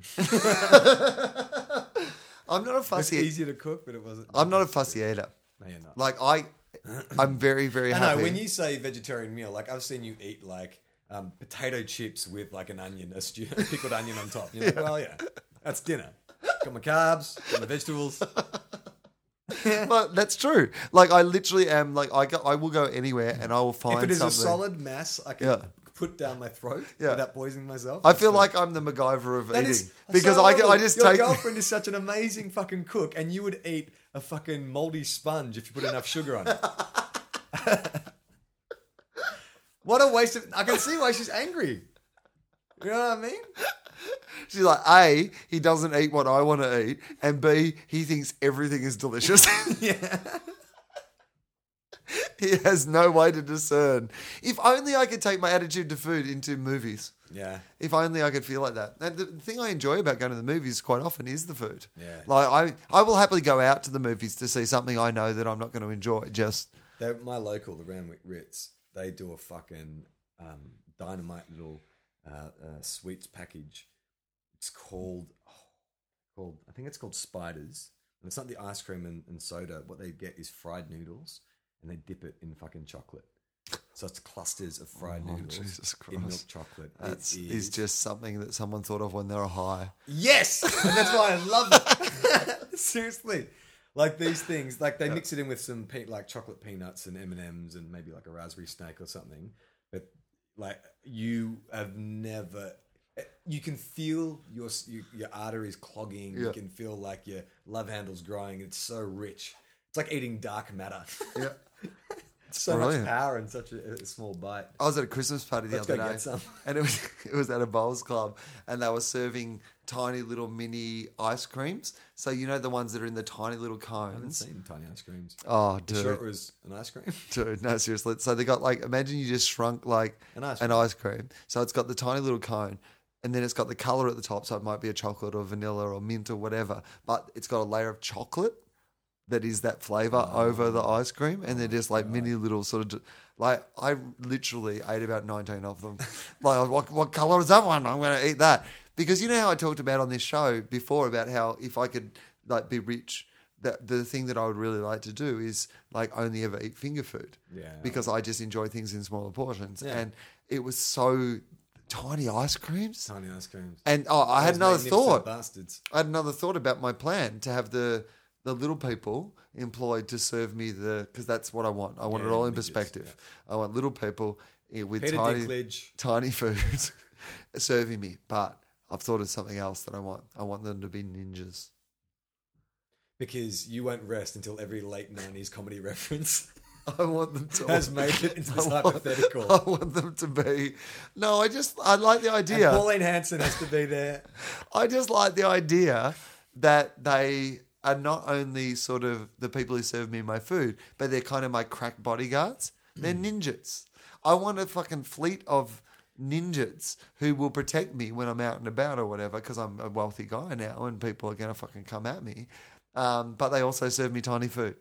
[SPEAKER 2] I'm not a
[SPEAKER 1] It's
[SPEAKER 2] fussy. e-,
[SPEAKER 1] easier to cook, but it wasn't.
[SPEAKER 2] I'm not a fussy eater.
[SPEAKER 1] No, you're not.
[SPEAKER 2] Like I, I'm very very
[SPEAKER 1] I
[SPEAKER 2] happy.
[SPEAKER 1] know when you say vegetarian meal, like I've seen you eat like um, potato chips with like an onion, a stew, a pickled onion on top. You're like, well, yeah, that's dinner. Got my carbs, got my vegetables.
[SPEAKER 2] Well, that's true. Like I literally am. Like I go, I will go anywhere and I will find
[SPEAKER 1] Mm. if it is
[SPEAKER 2] something.
[SPEAKER 1] a solid mass, I can
[SPEAKER 2] Yeah.
[SPEAKER 1] put down my throat
[SPEAKER 2] Yeah.
[SPEAKER 1] without poisoning myself.
[SPEAKER 2] I feel like I'm the MacGyver of
[SPEAKER 1] That
[SPEAKER 2] eating
[SPEAKER 1] is- that's
[SPEAKER 2] because
[SPEAKER 1] so
[SPEAKER 2] I, I
[SPEAKER 1] horrible.
[SPEAKER 2] just
[SPEAKER 1] Your
[SPEAKER 2] take.
[SPEAKER 1] girlfriend is such an amazing fucking cook, and you would eat a fucking moldy sponge if you put enough sugar on it. what a waste of! I can see why she's angry. You know what I mean?
[SPEAKER 2] She's like, A, he doesn't eat what I want to eat, and B, he thinks everything is delicious.
[SPEAKER 1] Yeah.
[SPEAKER 2] he has no way to discern. If only I could take my attitude to food into movies.
[SPEAKER 1] Yeah.
[SPEAKER 2] If only I could feel like that. And the thing I enjoy about going to the movies quite often is the food.
[SPEAKER 1] Yeah.
[SPEAKER 2] Like I, I will happily go out to the movies to see something I know that I'm not going to enjoy. Just
[SPEAKER 1] They're, my local, the Randwick Ritz, they do a fucking um, dynamite little uh, uh, sweets package. It's called, oh, called I think it's called Spiders. And it's not the ice cream and, and soda. What they get is fried noodles, and they dip it in fucking chocolate. So it's clusters of fried
[SPEAKER 2] Oh,
[SPEAKER 1] noodles
[SPEAKER 2] Jesus
[SPEAKER 1] in milk
[SPEAKER 2] Christ.
[SPEAKER 1] chocolate. It
[SPEAKER 2] that's is
[SPEAKER 1] is-
[SPEAKER 2] just something that someone thought of when they were high.
[SPEAKER 1] Yes, and that's why I love it. Seriously, like these things, like they mix it in with some pe- like chocolate peanuts and M and M's and maybe like a raspberry snake or something. But like you have never, eh, you can feel your s- you, your arteries clogging.
[SPEAKER 2] Yeah.
[SPEAKER 1] You can feel like your love handles growing. It's so rich. It's like eating dark matter.
[SPEAKER 2] Yeah.
[SPEAKER 1] so
[SPEAKER 2] brilliant.
[SPEAKER 1] much power in such a, a small bite.
[SPEAKER 2] I was at a Christmas party the
[SPEAKER 1] Let's
[SPEAKER 2] other
[SPEAKER 1] go
[SPEAKER 2] day,
[SPEAKER 1] get some.
[SPEAKER 2] and it was it was at a bowls club, and they were serving tiny little mini ice creams. So you know the ones that are in the tiny little
[SPEAKER 1] I haven't
[SPEAKER 2] cones.
[SPEAKER 1] seen tiny ice creams.
[SPEAKER 2] Oh, dude,
[SPEAKER 1] Sure, it was an ice cream.
[SPEAKER 2] dude, no, seriously. So they got like imagine you just shrunk like
[SPEAKER 1] An ice
[SPEAKER 2] an
[SPEAKER 1] cream.
[SPEAKER 2] ice cream. So it's got the tiny little cone. And then it's got the color at the top, so it might be a chocolate or vanilla or mint or whatever. But it's got a layer of chocolate that is that flavor
[SPEAKER 1] Oh.
[SPEAKER 2] over the ice cream, and they're just like mini little sort of like I literally ate about nineteen of them. like, I was, what, what color is that one? I'm going to eat that because you know how I talked about on this show before about how if I could like be rich, that the thing that I would really like to do is like only ever eat finger food,
[SPEAKER 1] Yeah.
[SPEAKER 2] because I just enjoy things in smaller portions,
[SPEAKER 1] Yeah.
[SPEAKER 2] and it was so tiny ice creams.
[SPEAKER 1] Tiny ice creams.
[SPEAKER 2] And oh, I
[SPEAKER 1] Those
[SPEAKER 2] had another
[SPEAKER 1] magnificent
[SPEAKER 2] thought.
[SPEAKER 1] Bastards.
[SPEAKER 2] I had another thought about my plan to have the the little people employed to serve me the because that's what I want. I want it
[SPEAKER 1] Yeah,
[SPEAKER 2] all in
[SPEAKER 1] midgets,
[SPEAKER 2] perspective. I want little people eh, with
[SPEAKER 1] Peter
[SPEAKER 2] tiny
[SPEAKER 1] Dinklage.
[SPEAKER 2] tiny foods serving me. But I've thought of something else that I want. I want them to be ninjas.
[SPEAKER 1] because you won't rest until every late nineties comedy reference
[SPEAKER 2] I want them to.
[SPEAKER 1] has made it into this
[SPEAKER 2] I want-
[SPEAKER 1] hypothetical.
[SPEAKER 2] I want them to be. No, I just I like the
[SPEAKER 1] And
[SPEAKER 2] idea.
[SPEAKER 1] Pauline Hanson has to be there.
[SPEAKER 2] I just like the idea that they are not only sort of the people who serve me my food, but they're kind of my crack bodyguards. They're
[SPEAKER 1] Mm.
[SPEAKER 2] ninjas. I want a fucking fleet of ninjas who will protect me when I'm out and about or whatever, because I'm a wealthy guy now and people are going to fucking come at me. Um, but they also serve me tiny food.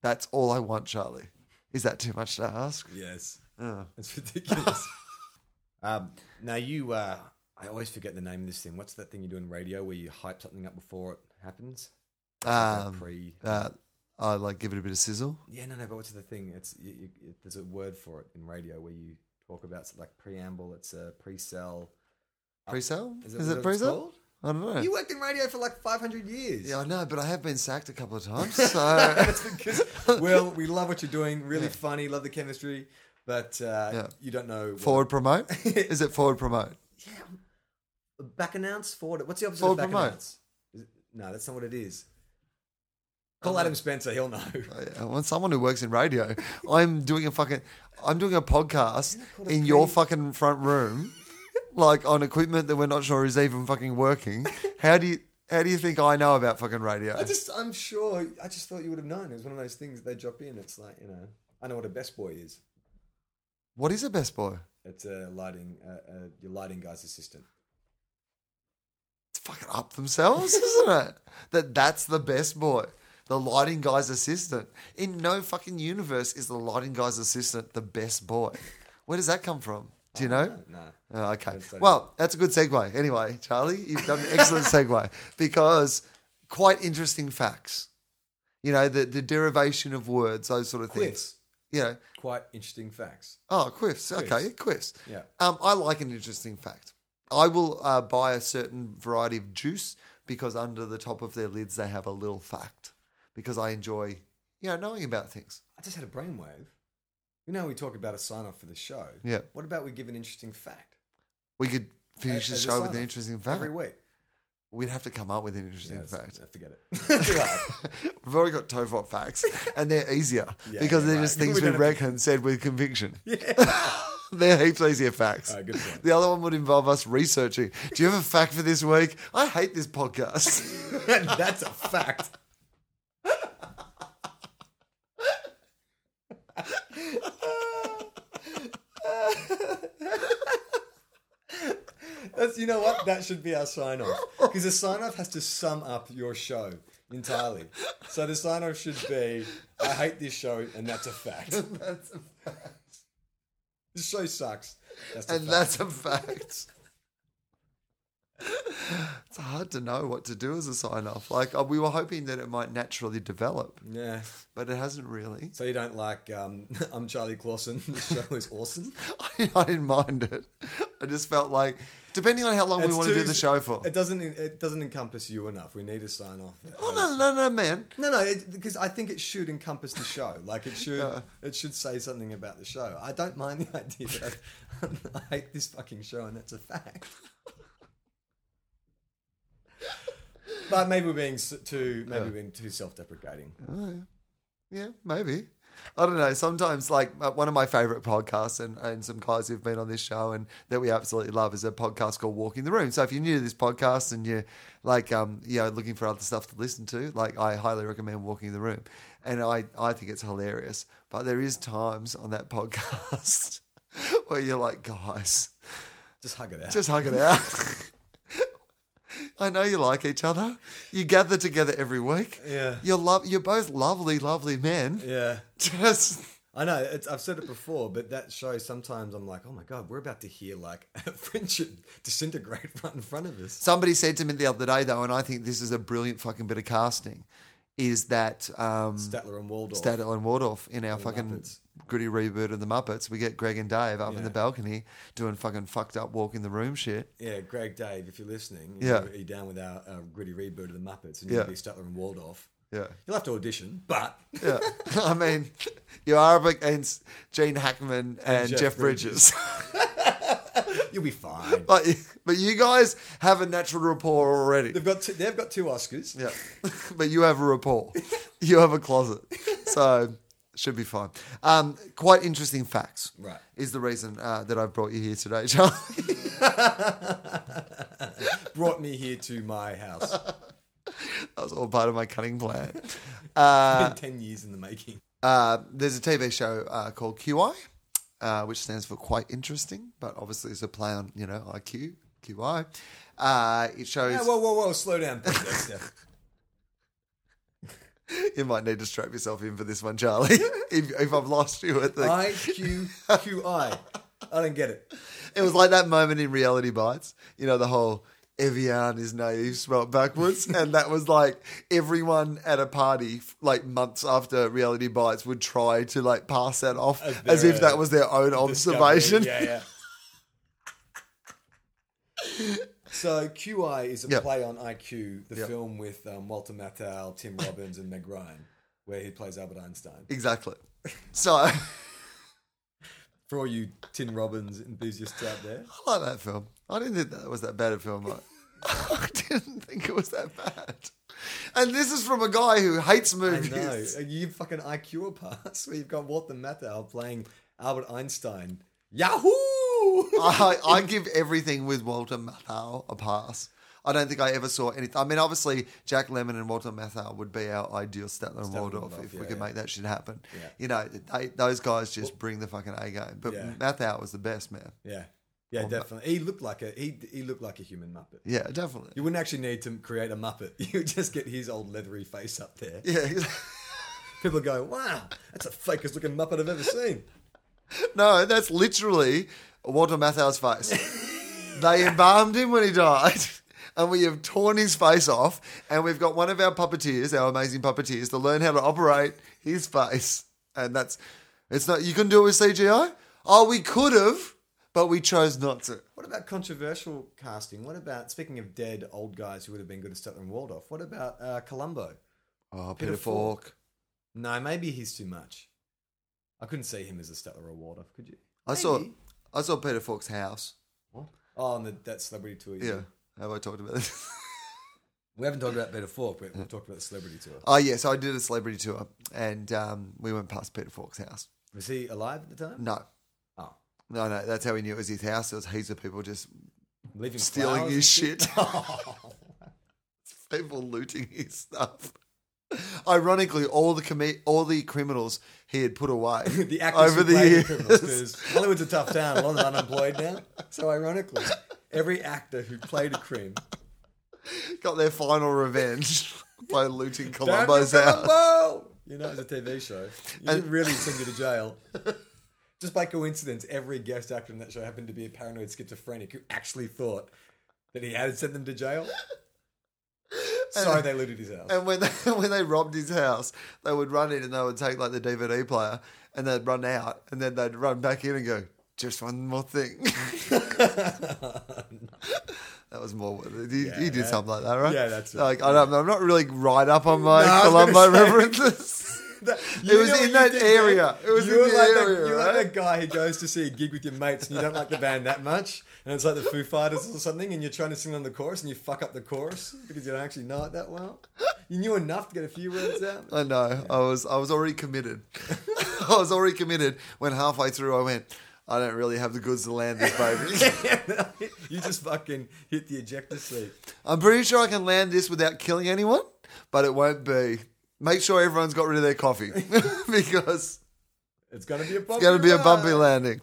[SPEAKER 2] That's all I want, Charlie. Is that too much to ask?
[SPEAKER 1] Yes,
[SPEAKER 2] Oh.
[SPEAKER 1] it's ridiculous. um, now you, uh, I always forget the name of this thing. What's that thing you do in radio where you hype something up before it happens? It's like a
[SPEAKER 2] Um,
[SPEAKER 1] pre.
[SPEAKER 2] Uh, I like give it a bit of sizzle.
[SPEAKER 1] yeah, no, no. But what's the thing? It's you, you, it, there's a word for it in radio where you talk about it's like preamble. It's a pre-sell.
[SPEAKER 2] Pre-sale? Is,
[SPEAKER 1] Uh, Is that
[SPEAKER 2] it,
[SPEAKER 1] what it's
[SPEAKER 2] pre-sale?
[SPEAKER 1] called?
[SPEAKER 2] I don't know.
[SPEAKER 1] You worked in radio for like 500 years.
[SPEAKER 2] Yeah, I know, but I have been sacked a couple of times. So
[SPEAKER 1] well, we love what you're doing. Really funny. Love the chemistry. But uh, you don't know. what-
[SPEAKER 2] forward promote? Is it forward promote?
[SPEAKER 1] Back announce? Forward. What's the opposite
[SPEAKER 2] Forward
[SPEAKER 1] of back
[SPEAKER 2] promote.
[SPEAKER 1] announce? Is it- no, that's not what it is. Call Adam Spencer. He'll know.
[SPEAKER 2] I want someone who works in radio. I'm doing a fucking, I'm doing a podcast
[SPEAKER 1] called a
[SPEAKER 2] in your
[SPEAKER 1] pre-
[SPEAKER 2] fucking front room, like on equipment that we're not sure is even fucking working. How do you? How do you think I know about fucking radio?
[SPEAKER 1] I just, I'm sure. I just thought you would have known. It was one of those things that they drop in. It's like, you know, I know what a best boy is.
[SPEAKER 2] what is a best boy?
[SPEAKER 1] It's a lighting, uh, uh, your lighting guy's assistant.
[SPEAKER 2] It's fucking up themselves, isn't it? That that's the best boy. The lighting guy's assistant. In no fucking universe is the lighting guy's assistant the best boy. Where does that come from? Do you know?
[SPEAKER 1] Nah.
[SPEAKER 2] Oh, okay.
[SPEAKER 1] That's so
[SPEAKER 2] Well, that's a good segue. Anyway, Charlie, you've done an excellent segue because quite interesting facts. You know, the, the derivation of words, those sort of things.
[SPEAKER 1] Quiffs.
[SPEAKER 2] You know,
[SPEAKER 1] Quite interesting facts.
[SPEAKER 2] oh, quiffs. Okay, quiffs.
[SPEAKER 1] Yeah.
[SPEAKER 2] Um, I like an interesting fact. I will uh, buy a certain variety of juice because under the top of their lids they have a little fact because I enjoy, you know, knowing about things.
[SPEAKER 1] I just had a brainwave. You know, we talk about a sign off for the show.
[SPEAKER 2] Yeah.
[SPEAKER 1] What about we give an interesting fact?
[SPEAKER 2] We could
[SPEAKER 1] As-
[SPEAKER 2] finish the
[SPEAKER 1] as a
[SPEAKER 2] show with an
[SPEAKER 1] sign-off
[SPEAKER 2] interesting fact.
[SPEAKER 1] Every week.
[SPEAKER 2] We'd have to come up with an
[SPEAKER 1] Yeah,
[SPEAKER 2] interesting
[SPEAKER 1] it's-
[SPEAKER 2] fact.
[SPEAKER 1] uh, Forget it. Too hard.
[SPEAKER 2] We've already got Tofop facts, and they're easier
[SPEAKER 1] Yeah,
[SPEAKER 2] because they're
[SPEAKER 1] right.
[SPEAKER 2] just things
[SPEAKER 1] We
[SPEAKER 2] we
[SPEAKER 1] don't have to-
[SPEAKER 2] reckon said with conviction. they're heaps easier facts.
[SPEAKER 1] Alright, good point.
[SPEAKER 2] The other one would involve us researching. Do you have a fact for this week? I hate this podcast.
[SPEAKER 1] That's a fact. That's, you know what? That should be our sign off. Because the sign off has to sum up your show entirely. So the sign off should be I hate this show, and that's a fact.
[SPEAKER 2] that's a fact.
[SPEAKER 1] This show sucks. That's the
[SPEAKER 2] and
[SPEAKER 1] fact.
[SPEAKER 2] that's a fact. it's hard to know what to do as a sign off. Like uh, we were hoping that it might naturally develop,
[SPEAKER 1] Yeah.
[SPEAKER 2] but it hasn't really.
[SPEAKER 1] So you don't like um, I'm Charlie Clausen. The show is awesome.
[SPEAKER 2] I, I didn't mind it. I just felt like, depending on how long we
[SPEAKER 1] It's
[SPEAKER 2] want to
[SPEAKER 1] too-
[SPEAKER 2] do the show for.
[SPEAKER 1] It doesn't. It doesn't encompass you enough. We need a sign off. Um,
[SPEAKER 2] Oh no, no, no, man.
[SPEAKER 1] No, no, it- because I think it should encompass the show. Like it should, it should say something about the show. I don't mind the idea that I hate this fucking show, and that's a fact. but maybe we're being s- too, maybe we're being too self-deprecating.
[SPEAKER 2] Yeah, maybe. I don't know. Sometimes, like uh, one of my favorite podcasts, and, and some guys who've been on this show and that we absolutely love is a podcast called Walking the Room. So if you're new to this podcast and you're like, um, you know, looking for other stuff to listen to, like I highly recommend Walking the Room, and I I think it's hilarious. But there is times on that podcast where you're like, guys,
[SPEAKER 1] Just hug it out.
[SPEAKER 2] just hug it out. I know you like each other. You gather together every week.
[SPEAKER 1] Yeah.
[SPEAKER 2] You're lo- You're both lovely, lovely men.
[SPEAKER 1] yeah.
[SPEAKER 2] Just
[SPEAKER 1] I know it's, I've said it before, but that show sometimes I'm like, oh my god, we're about to hear like a friendship disintegrate right in front of us.
[SPEAKER 2] somebody said to me the other day though, and I think this is a brilliant fucking bit of casting, is that um,
[SPEAKER 1] Statler and Waldorf.
[SPEAKER 2] Statler and Waldorf in our fucking
[SPEAKER 1] Muppets.
[SPEAKER 2] gritty reboot of the Muppets. We get Greg and Dave up in
[SPEAKER 1] Yeah.
[SPEAKER 2] the balcony doing fucking fucked up walk in the room shit.
[SPEAKER 1] Yeah, Greg, Dave, if you're listening,
[SPEAKER 2] Yeah.
[SPEAKER 1] yeah, you're down with our uh, gritty reboot of the Muppets, and you'll
[SPEAKER 2] Yeah.
[SPEAKER 1] be Statler and Waldorf.
[SPEAKER 2] Yeah.
[SPEAKER 1] You'll have to audition, but
[SPEAKER 2] Yeah. I mean, you are up against Gene Hackman and, Jeff,
[SPEAKER 1] Jeff
[SPEAKER 2] Bridges.
[SPEAKER 1] you'll be fine.
[SPEAKER 2] but, but you guys have a natural rapport already.
[SPEAKER 1] They've got two, they've got two Oscars.
[SPEAKER 2] Yeah. but you have a rapport. You have a closet. So should be fine. Um, quite interesting facts.
[SPEAKER 1] Right.
[SPEAKER 2] Is the reason uh, that I've brought you here today, Charlie.
[SPEAKER 1] Brought me here to my house.
[SPEAKER 2] Uh, that was all part of my cunning plan.
[SPEAKER 1] Been ten years in the making.
[SPEAKER 2] Uh, there's a TV show uh, called QI, uh, which stands for Quite Interesting, but obviously it's a play on, you know, IQ, QI. Uh, it shows.
[SPEAKER 1] Yeah, Ah, whoa, whoa, whoa! Slow down. please, Dexter.
[SPEAKER 2] you might need to strap yourself in for this one, Charlie, if, if I've lost you at the.
[SPEAKER 1] I Q Q I. I don't get it.
[SPEAKER 2] It was like that moment in Reality Bites, you know, the whole Evian is naive spelt backwards. and that was like everyone at a party, like months after Reality Bites, would try to like pass that off as,
[SPEAKER 1] As their,
[SPEAKER 2] if that
[SPEAKER 1] uh,
[SPEAKER 2] was their own observation.
[SPEAKER 1] Yeah, yeah. so QI is a
[SPEAKER 2] Yeah.
[SPEAKER 1] play on IQ, the
[SPEAKER 2] Yeah.
[SPEAKER 1] film with um, Walter Matthau, Tim Robbins, and Meg Ryan, where he plays Albert Einstein.
[SPEAKER 2] Exactly. So I
[SPEAKER 1] For all you Tim Robbins enthusiasts out there,
[SPEAKER 2] like that film. I didn't think that was that bad a film. I, I didn't think it was that bad. And this is from a guy who hates
[SPEAKER 1] I
[SPEAKER 2] movies.
[SPEAKER 1] know you fucking IQ a pass where you've got Walter Matthau playing Albert Einstein. Yahoo!
[SPEAKER 2] I, I give everything with Walter Matthau a pass. I don't think I ever saw anything. I mean, obviously, Jack Lemon and Walter Matthau would be our ideal Statler and Waldorf
[SPEAKER 1] Waldorf,
[SPEAKER 2] if
[SPEAKER 1] yeah,
[SPEAKER 2] we could
[SPEAKER 1] yeah.
[SPEAKER 2] make that shit happen.
[SPEAKER 1] Yeah.
[SPEAKER 2] You know, they, those guys just bring the fucking A game. But
[SPEAKER 1] Yeah.
[SPEAKER 2] Mathau was the best, man.
[SPEAKER 1] Yeah, yeah, definitely. He looked like a he he looked like a human Muppet.
[SPEAKER 2] Oh, Yeah, definitely.
[SPEAKER 1] You wouldn't actually need to create a Muppet. You would just get his old leathery face up there.
[SPEAKER 2] Yeah.
[SPEAKER 1] People go, "Wow, that's the fakest looking Muppet I've ever seen."
[SPEAKER 2] no, that's literally Walter Matthau's face. they embalmed him when he died. And we have torn his face off, and we've got one of our puppeteers, our amazing puppeteers, to learn how to operate his face. And that's, it's not, you couldn't do it with CGI? Oh, we could have, but we chose not to.
[SPEAKER 1] What about controversial casting? What about speaking of dead old guys who would have been good at Statler and Waldorf? What about uh, Columbo?
[SPEAKER 2] Oh, Peter,
[SPEAKER 1] Peter
[SPEAKER 2] Falk.
[SPEAKER 1] Falk. No, maybe he's too much. I couldn't see him as a Statler or Waldorf. Could you?
[SPEAKER 2] I saw,
[SPEAKER 1] Maybe.
[SPEAKER 2] I saw Peter Falk's house.
[SPEAKER 1] Oh, and the, that celebrity tour. you
[SPEAKER 2] Yeah,
[SPEAKER 1] did.
[SPEAKER 2] have I talked about this?
[SPEAKER 1] we haven't talked about Peter Falk, but we've talked about the celebrity tour.
[SPEAKER 2] oh yes, I did a celebrity tour, and um, we went past Peter Falk's house.
[SPEAKER 1] Was he alive at the time?
[SPEAKER 2] No,
[SPEAKER 1] Oh,
[SPEAKER 2] No, no, that's how he knew it was his house. There was heaps of people just
[SPEAKER 1] leaving
[SPEAKER 2] stealing
[SPEAKER 1] flowers
[SPEAKER 2] his
[SPEAKER 1] and Oh,
[SPEAKER 2] shit. people looting his stuff. Ironically, all the commi- all the criminals he had put away
[SPEAKER 1] the actors
[SPEAKER 2] over
[SPEAKER 1] over
[SPEAKER 2] the years.
[SPEAKER 1] because Hollywood's a tough town. A lot of them are unemployed now. So ironically, every actor who played a crim
[SPEAKER 2] got their final revenge by looting
[SPEAKER 1] Down
[SPEAKER 2] Columbo's
[SPEAKER 1] to
[SPEAKER 2] house.
[SPEAKER 1] Colombo! You know, it's a TV show. You
[SPEAKER 2] And-
[SPEAKER 1] didn't really send you to jail. Just by coincidence, every guest actor in that show happened to be a paranoid schizophrenic who actually thought that he had sent them to jail. Sorry, they looted his house.
[SPEAKER 2] And when they, when they robbed his house, they would run in and they would take like the DVD player and they'd run out and then they'd run back in and go, just one more thing. that was more. You, you did
[SPEAKER 1] that-
[SPEAKER 2] something like that, right?
[SPEAKER 1] yeah, that's right.
[SPEAKER 2] Like I don't, I'm not really right up on my
[SPEAKER 1] No, I was gonna
[SPEAKER 2] Columbo
[SPEAKER 1] say.
[SPEAKER 2] references.
[SPEAKER 1] That-
[SPEAKER 2] It was
[SPEAKER 1] know
[SPEAKER 2] in
[SPEAKER 1] what
[SPEAKER 2] that
[SPEAKER 1] did there?
[SPEAKER 2] area. It was
[SPEAKER 1] you
[SPEAKER 2] in
[SPEAKER 1] were
[SPEAKER 2] the
[SPEAKER 1] like
[SPEAKER 2] area,
[SPEAKER 1] That, you're
[SPEAKER 2] right?
[SPEAKER 1] like that guy who goes to see a gig with your mates and you don't like the band that much, and it's like the Foo Fighters or something, and you're trying to sing on the chorus and you fuck up the chorus because you don't actually know it that well. You knew enough to get a few words out.
[SPEAKER 2] I know. I was I was already committed. I was already committed when halfway through I went. I don't really have the goods to land this baby.
[SPEAKER 1] you just fucking hit the ejector seat.
[SPEAKER 2] I'm pretty sure I can land this without killing anyone, but it won't be. Make sure everyone's got rid of their coffee because
[SPEAKER 1] It's gonna be a bumpy.
[SPEAKER 2] it's going to be a bumpy
[SPEAKER 1] ride.
[SPEAKER 2] landing.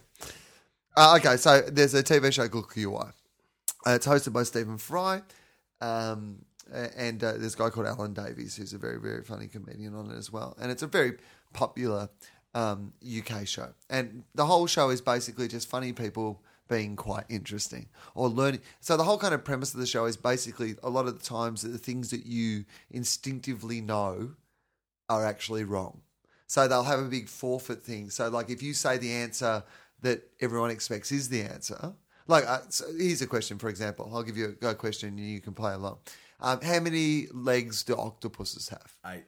[SPEAKER 2] Uh, okay, so there's a TV show called QI. Uh, it's hosted by Stephen Fry, um, a- and uh, there's a guy called Alan Davies who's a very, very funny comedian on it as well. And it's a very popular um, UK show. And the whole show is basically just funny people being quite interesting or learning. So the whole kind of premise of the show is basically a lot of the times that the things that you instinctively know are actually wrong. So they'll have a big forfeit thing. So like if you say the answer that everyone expects is the answer, like uh, so here's a question for example. I'll give you a go question and you can play along. Um, how many legs do octopuses have?
[SPEAKER 1] Eight.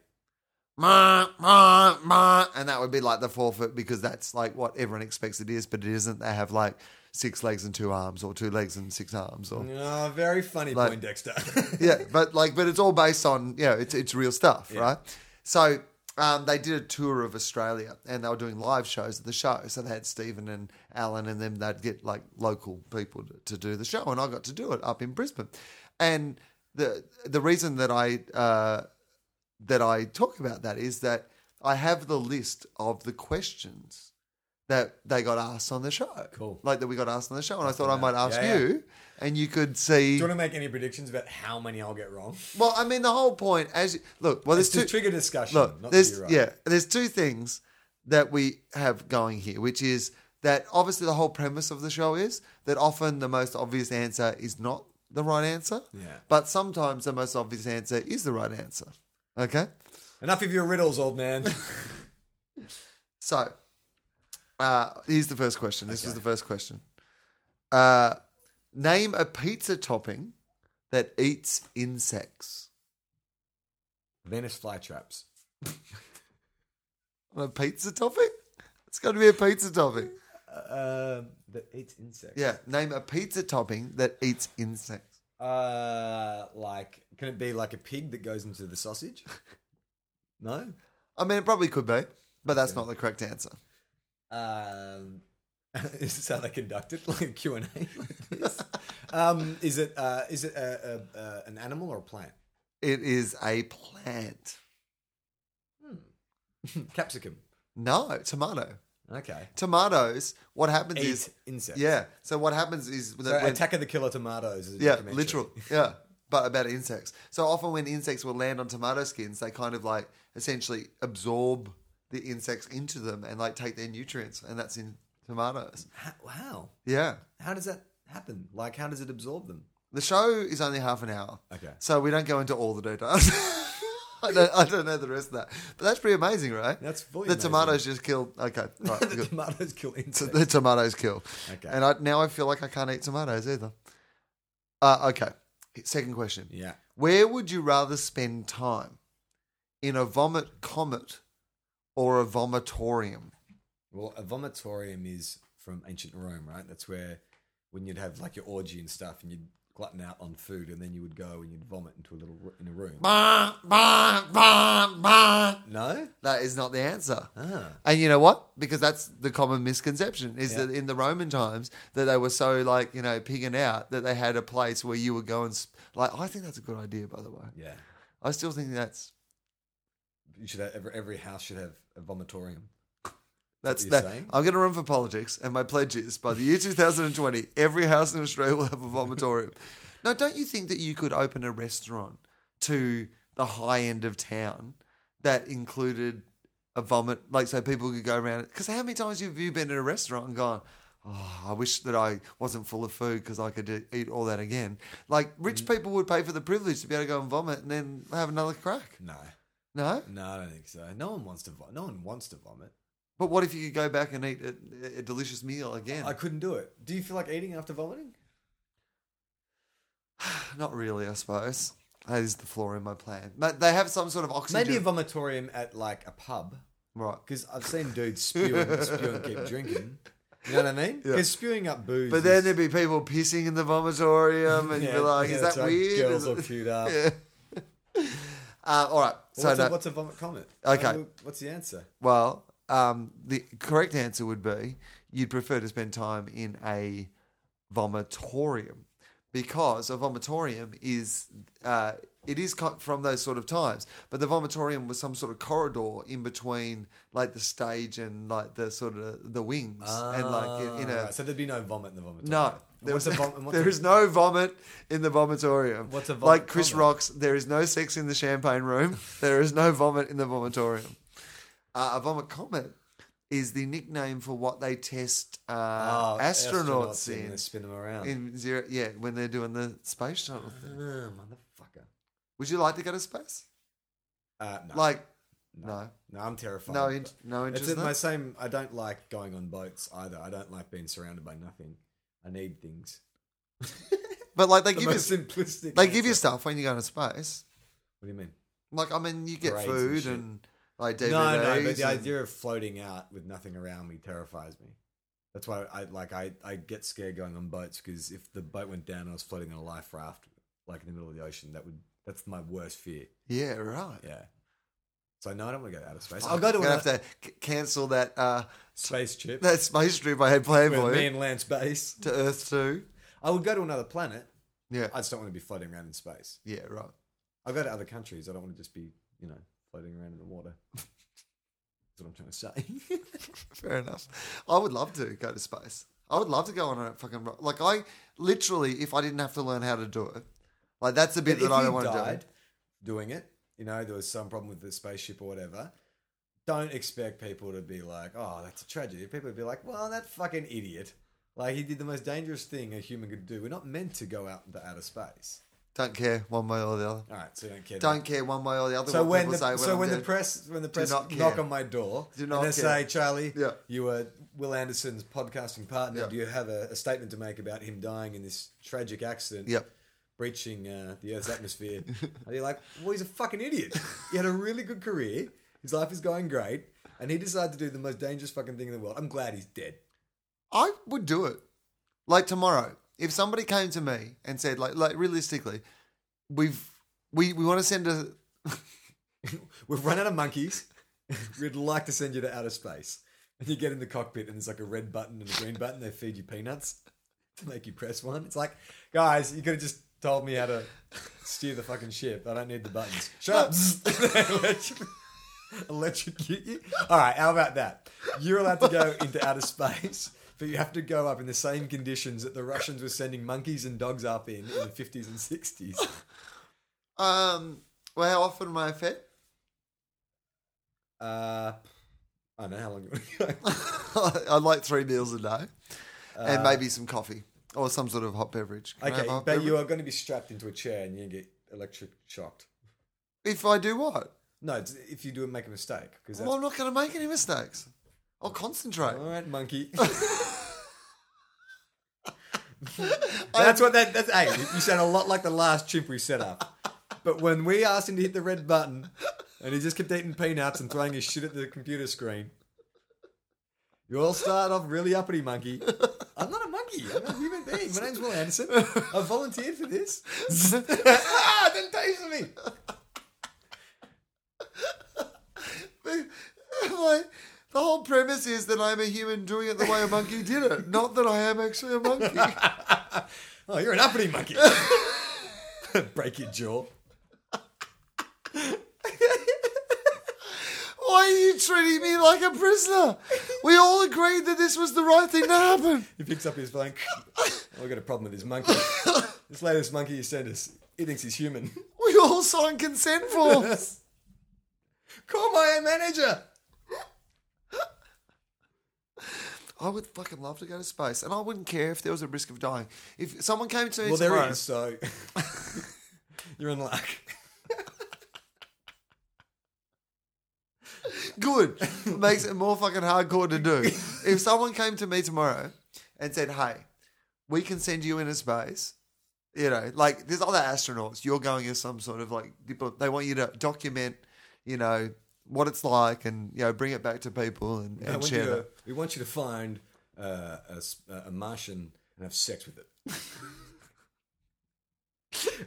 [SPEAKER 2] Ma, ma, ma. And that would be like the forfeit because that's like what everyone expects it is, but it isn't. They have like six legs and two arms, or two legs and six arms, or
[SPEAKER 1] Oh, very funny,
[SPEAKER 2] Like-
[SPEAKER 1] Poindexter.
[SPEAKER 2] yeah, but like, but it's all based on yeah, it's it's real stuff, right? So um, they did a tour of Australia and they were doing live shows at the show. So they had Stephen and Alan, and then they'd get like local people to, to do the show, and I got to do it up in Brisbane. And the the reason that I uh, that I talk about that is that I have the list of the questions that they got asked on the show.
[SPEAKER 1] Cool.
[SPEAKER 2] Like that we got asked on the show, and I thought I might ask
[SPEAKER 1] Yeah, yeah.
[SPEAKER 2] you, and you could see.
[SPEAKER 1] Do you want to make any predictions about how many I'll get wrong?
[SPEAKER 2] Well, I mean, the whole point, as you, look, well, there's
[SPEAKER 1] It's to
[SPEAKER 2] two
[SPEAKER 1] trigger discussion.
[SPEAKER 2] look,
[SPEAKER 1] not
[SPEAKER 2] there's
[SPEAKER 1] to be right.
[SPEAKER 2] yeah, there's two things that we have going here, which is that obviously the whole premise of the show is that often the most obvious answer is not the right answer,
[SPEAKER 1] Yeah.
[SPEAKER 2] but sometimes the most obvious answer is the right answer. Okay,
[SPEAKER 1] Enough of your riddles, old man.
[SPEAKER 2] so uh, here's the first question. This was the first question. Uh, name a pizza topping that eats insects
[SPEAKER 1] Venice flytraps.
[SPEAKER 2] on a pizza topping. It's got to be a pizza topping.
[SPEAKER 1] Uh, that eats insects.
[SPEAKER 2] Yeah, name a pizza topping that eats insects.
[SPEAKER 1] Uh, like, can it be like a pig that goes into the sausage? No.
[SPEAKER 2] I mean, it probably could be, but that's not the correct answer.
[SPEAKER 1] Um, is this how they conduct it? Like a Q and A. like this? Um, is it uh, is it a, a, a, an animal or a plant?
[SPEAKER 2] It is a plant.
[SPEAKER 1] Hmm, Capsicum.
[SPEAKER 2] No, tomato.
[SPEAKER 1] Okay.
[SPEAKER 2] Tomatoes. What happens
[SPEAKER 1] Eat
[SPEAKER 2] is
[SPEAKER 1] insects.
[SPEAKER 2] yeah. So what happens is when-
[SPEAKER 1] So
[SPEAKER 2] when-
[SPEAKER 1] Attack of the Killer Tomatoes. Is a
[SPEAKER 2] yeah,
[SPEAKER 1] documentary.
[SPEAKER 2] literal yeah, but about insects. So often when insects will land on tomato skins, they kind of like essentially absorb the insects into them and like take their nutrients, and that's in tomatoes.
[SPEAKER 1] Ha- wow.
[SPEAKER 2] Yeah.
[SPEAKER 1] How does that happen? Like, how does it absorb them?
[SPEAKER 2] The show is only half an hour.
[SPEAKER 1] Okay.
[SPEAKER 2] So we don't go into all the details. I, don't, I don't know the rest of that. But that's pretty amazing, right?
[SPEAKER 1] That's fully
[SPEAKER 2] The
[SPEAKER 1] amazing.
[SPEAKER 2] tomatoes just killed. Okay. Right,
[SPEAKER 1] the
[SPEAKER 2] good.
[SPEAKER 1] tomatoes kill
[SPEAKER 2] So
[SPEAKER 1] insects.
[SPEAKER 2] the tomatoes kill.
[SPEAKER 1] Okay.
[SPEAKER 2] And I, now I feel like I can't eat tomatoes either. Uh, okay. Second question.
[SPEAKER 1] yeah.
[SPEAKER 2] Where would you rather spend time? In a vomit comet or a vomitorium?
[SPEAKER 1] Well, a vomitorium is from ancient Rome, right? That's where when you'd have like your orgy and stuff, and you'd glutton out on food, and then you would go and you'd vomit into a little r- in a room.
[SPEAKER 2] Bah, bah, bah, bah.
[SPEAKER 1] No.
[SPEAKER 2] That is not the answer.
[SPEAKER 1] Ah.
[SPEAKER 2] And you know what? Because that's the common misconception is
[SPEAKER 1] Yeah.
[SPEAKER 2] that in the Roman times that they were so like you know pigging out that they had a place where you would go and sp- like I think that's a good idea by the way.
[SPEAKER 1] Yeah.
[SPEAKER 2] I still think that's
[SPEAKER 1] You should have every, every house should have a vomitorium.
[SPEAKER 2] that's
[SPEAKER 1] what you're
[SPEAKER 2] that.
[SPEAKER 1] saying?
[SPEAKER 2] I'm going to run for politics, and my pledge is by the year 2020, every house in Australia will have a vomitorium. now, don't you think that you could open a restaurant to the high end of town that included a vomit, like so people could go around? Because how many times have you been in a restaurant and gone? Oh, I wish that I wasn't full of food because I could e- eat all that again. Like rich
[SPEAKER 1] Mm.
[SPEAKER 2] people would pay for the privilege to be able to go and vomit and then have another crack.
[SPEAKER 1] No.
[SPEAKER 2] No,
[SPEAKER 1] No, I don't think so. No one wants to. Vo- no one wants to vomit.
[SPEAKER 2] but what if you could go back and eat a, a delicious meal again?
[SPEAKER 1] I couldn't do it. Do you feel like eating after vomiting?
[SPEAKER 2] Not really, I suppose. That is the flaw in my plan. But they have some sort of oxygen.
[SPEAKER 1] Maybe a vomitorium at like a pub,
[SPEAKER 2] right.
[SPEAKER 1] because I've seen dudes spew and spew and keep drinking. You know what I mean? Because spewing up booze.
[SPEAKER 2] But then
[SPEAKER 1] is-
[SPEAKER 2] there'd be people pissing in the vomitorium and you'd be
[SPEAKER 1] Yeah,
[SPEAKER 2] like,
[SPEAKER 1] yeah,
[SPEAKER 2] is
[SPEAKER 1] that's
[SPEAKER 2] that
[SPEAKER 1] right.
[SPEAKER 2] weird?
[SPEAKER 1] Girls
[SPEAKER 2] Is
[SPEAKER 1] all
[SPEAKER 2] it-
[SPEAKER 1] queued up.
[SPEAKER 2] Yeah. uh, all
[SPEAKER 1] Well,
[SPEAKER 2] right. so,
[SPEAKER 1] what's,
[SPEAKER 2] no,
[SPEAKER 1] a, what's a vomit comment?
[SPEAKER 2] Okay.
[SPEAKER 1] Um, what's the answer?
[SPEAKER 2] well, um, the correct answer would be you'd prefer to spend time in a vomitorium because a vomitorium is uh, it is cut from those sort of times but the vomitorium was some sort of corridor in between like the stage and like the sort of the wings and like in, in
[SPEAKER 1] Ah,
[SPEAKER 2] a
[SPEAKER 1] right, so there'd be no vomit in the vomitorium.
[SPEAKER 2] no there,
[SPEAKER 1] What's
[SPEAKER 2] was
[SPEAKER 1] a
[SPEAKER 2] no,
[SPEAKER 1] vom- and what's
[SPEAKER 2] there
[SPEAKER 1] a-
[SPEAKER 2] is no vomit in the vomitorium.
[SPEAKER 1] What's a vom-
[SPEAKER 2] like Chris
[SPEAKER 1] vomit?
[SPEAKER 2] Rock's? There is no sex in the champagne room. there is no vomit in the vomitorium. Uh, a vomit comet is the nickname for what they test uh,
[SPEAKER 1] Oh,
[SPEAKER 2] astronauts,
[SPEAKER 1] and they spin them around.
[SPEAKER 2] in. In zero, yeah, when they're doing the space shuttle
[SPEAKER 1] Ah,
[SPEAKER 2] thing.
[SPEAKER 1] motherfucker.
[SPEAKER 2] Would you like to go to space?
[SPEAKER 1] Uh, no.
[SPEAKER 2] Like, no,
[SPEAKER 1] no, I'm terrified.
[SPEAKER 2] no, in, no
[SPEAKER 1] It's
[SPEAKER 2] interest.
[SPEAKER 1] in
[SPEAKER 2] in
[SPEAKER 1] my
[SPEAKER 2] that?
[SPEAKER 1] same. I don't like going on boats either. I don't like being surrounded by nothing. I need things.
[SPEAKER 2] But like, they
[SPEAKER 1] The
[SPEAKER 2] give you
[SPEAKER 1] most simplistic.
[SPEAKER 2] they give you
[SPEAKER 1] answer.
[SPEAKER 2] stuff when you go to space.
[SPEAKER 1] What do you mean?
[SPEAKER 2] Like, I mean, you get
[SPEAKER 1] Parades and
[SPEAKER 2] food
[SPEAKER 1] shit.
[SPEAKER 2] and, like DVDs.
[SPEAKER 1] no, no. But the
[SPEAKER 2] and-
[SPEAKER 1] idea of floating out with nothing around me terrifies me. That's why I like I, I get scared going on boats because if the boat went down and I was floating on a life raft like in the middle of the ocean, that would that's my worst fear.
[SPEAKER 2] yeah, right.
[SPEAKER 1] Yeah. So no, I don't want to go out of space.
[SPEAKER 2] Fuck,
[SPEAKER 1] I'll go to
[SPEAKER 2] I'm
[SPEAKER 1] an
[SPEAKER 2] gonna have to c- cancel that uh,
[SPEAKER 1] space trip
[SPEAKER 2] that space trip I had planned
[SPEAKER 1] with
[SPEAKER 2] for
[SPEAKER 1] me
[SPEAKER 2] you
[SPEAKER 1] and Lance base.
[SPEAKER 2] to Earth two.
[SPEAKER 1] I would go to another planet.
[SPEAKER 2] Yeah,
[SPEAKER 1] I just don't want to be floating around in space.
[SPEAKER 2] yeah, right.
[SPEAKER 1] I'll go to other countries. I don't want to just be, you know, floating around in the water. That's what I'm trying to say.
[SPEAKER 2] Fair enough. I would love to go to space. I would love to go on a fucking ro- like I literally if I didn't have to learn how to do it, like that's a bit
[SPEAKER 1] But
[SPEAKER 2] that I don't want to do.
[SPEAKER 1] doing it, you know, there was some problem with the spaceship or whatever. Don't expect people to be like, "Oh, that's a tragedy." People would be like, "Well, that fucking idiot." Like he did the most dangerous thing a human could do. We're not meant to go out into outer space.
[SPEAKER 2] Don't care one way or the other.
[SPEAKER 1] All right, so you don't care.
[SPEAKER 2] Don't care one way or the other.
[SPEAKER 1] So
[SPEAKER 2] what
[SPEAKER 1] when
[SPEAKER 2] people
[SPEAKER 1] the,
[SPEAKER 2] say
[SPEAKER 1] so
[SPEAKER 2] I'm
[SPEAKER 1] when the
[SPEAKER 2] dead.
[SPEAKER 1] press when the press
[SPEAKER 2] not
[SPEAKER 1] knock
[SPEAKER 2] care.
[SPEAKER 1] on my door
[SPEAKER 2] Do not
[SPEAKER 1] and they
[SPEAKER 2] care.
[SPEAKER 1] say, Charlie,
[SPEAKER 2] Yeah.
[SPEAKER 1] you were Will Anderson's podcasting partner.
[SPEAKER 2] Yeah.
[SPEAKER 1] Do you have a, a statement to make about him dying in this tragic accident?
[SPEAKER 2] Yep.
[SPEAKER 1] breaching uh, the Earth's atmosphere. and you're like, well, he's a fucking idiot. He had a really good career. His life is going great. And he decided to do the most dangerous fucking thing in the world. I'm glad he's dead.
[SPEAKER 2] I would do it. Like tomorrow, if somebody came to me and said, like, like realistically, we've we we want to send a
[SPEAKER 1] We've run out of monkeys. We'd like to send you to outer space. And you get in the cockpit and there's like a red button and a green button. They feed you peanuts. to make you press one. It's like, guys, you could have just told me how to steer the fucking ship. I don't need the buttons. Shut up. Electric- Electrocute you. All right, how about that? You're allowed to go into outer space, but you have to go up in the same conditions that the Russians were sending monkeys and dogs up in in the 50s and 60s.
[SPEAKER 2] Um, well, how often am I fed?
[SPEAKER 1] Uh, I don't know how long you want to go.
[SPEAKER 2] I like three meals a day, and maybe some coffee or some sort of hot beverage. Can I
[SPEAKER 1] Okay,
[SPEAKER 2] have a hot
[SPEAKER 1] but you
[SPEAKER 2] beverage?
[SPEAKER 1] are going to be strapped into a chair and you get electric shocked.
[SPEAKER 2] If I do what?
[SPEAKER 1] No, it's if you do make a mistake, because that's
[SPEAKER 2] Well, I'm not going to make any mistakes. I'll concentrate.
[SPEAKER 1] all right, monkey. that's what that. That's hey, you sound a lot like the last chimp we set up. But when we asked him to hit the red button, and he just kept eating peanuts and throwing his shit at the computer screen, you all start off really uppity, monkey. I'm not a monkey. I'm a human being. My name's Will Anderson. I volunteered for this. ah, then taser me.
[SPEAKER 2] like, the whole premise is that I'm a human doing it the way a monkey did it, not that I am actually a monkey.
[SPEAKER 1] Oh, you're an uppity monkey. Break your jaw.
[SPEAKER 2] Why are you treating me like a prisoner? We all agreed that this was the right thing to happen.
[SPEAKER 1] He picks up his phone. oh, we got a problem with this monkey. this latest monkey you sent us, he thinks he's human.
[SPEAKER 2] We all signed consent forms.
[SPEAKER 1] Call my manager.
[SPEAKER 2] I would fucking love to go to space, and I wouldn't care if there was a risk of dying. If someone came to me
[SPEAKER 1] Well,
[SPEAKER 2] tomorrow,
[SPEAKER 1] there is. So you're in luck.
[SPEAKER 2] good makes it more fucking hardcore to do. if someone came to me tomorrow and said, "Hey, we can send you into space," you know, like there's other astronauts. You're going as some sort of like diplo- they want you to document, you know, what it's like, and you know, bring it back to people and,
[SPEAKER 1] I
[SPEAKER 2] and
[SPEAKER 1] want you
[SPEAKER 2] share
[SPEAKER 1] to-
[SPEAKER 2] that.
[SPEAKER 1] we want you to find uh, a, s- a Martian and have sex with it.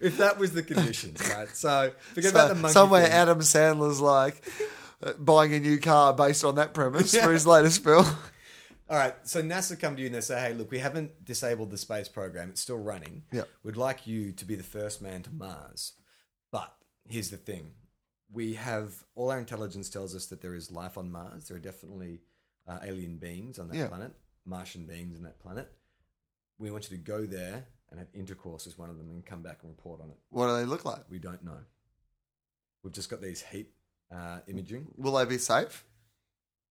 [SPEAKER 1] if that was the conditions, right? So forget about the
[SPEAKER 2] So,
[SPEAKER 1] monkey.
[SPEAKER 2] somewhere
[SPEAKER 1] thing.
[SPEAKER 2] Adam Sandler's like uh, buying a new car based on that premise for his latest film.
[SPEAKER 1] All right, so NASA come to you and they say, "Hey, look, we haven't disabled the space program; it's still running.
[SPEAKER 2] Yeah.
[SPEAKER 1] We'd like you to be the first man to Mars, but here's the thing: we have all our intelligence tells us that there is life on Mars. There are definitely uh, alien beings on that
[SPEAKER 2] Yeah.
[SPEAKER 1] planet, Martian beings on that planet. We want you to go there and have intercourse with one of them and come back and report on it.
[SPEAKER 2] What do they look like?
[SPEAKER 1] We don't know. We've just got these heat uh, imaging.
[SPEAKER 2] Will they be safe?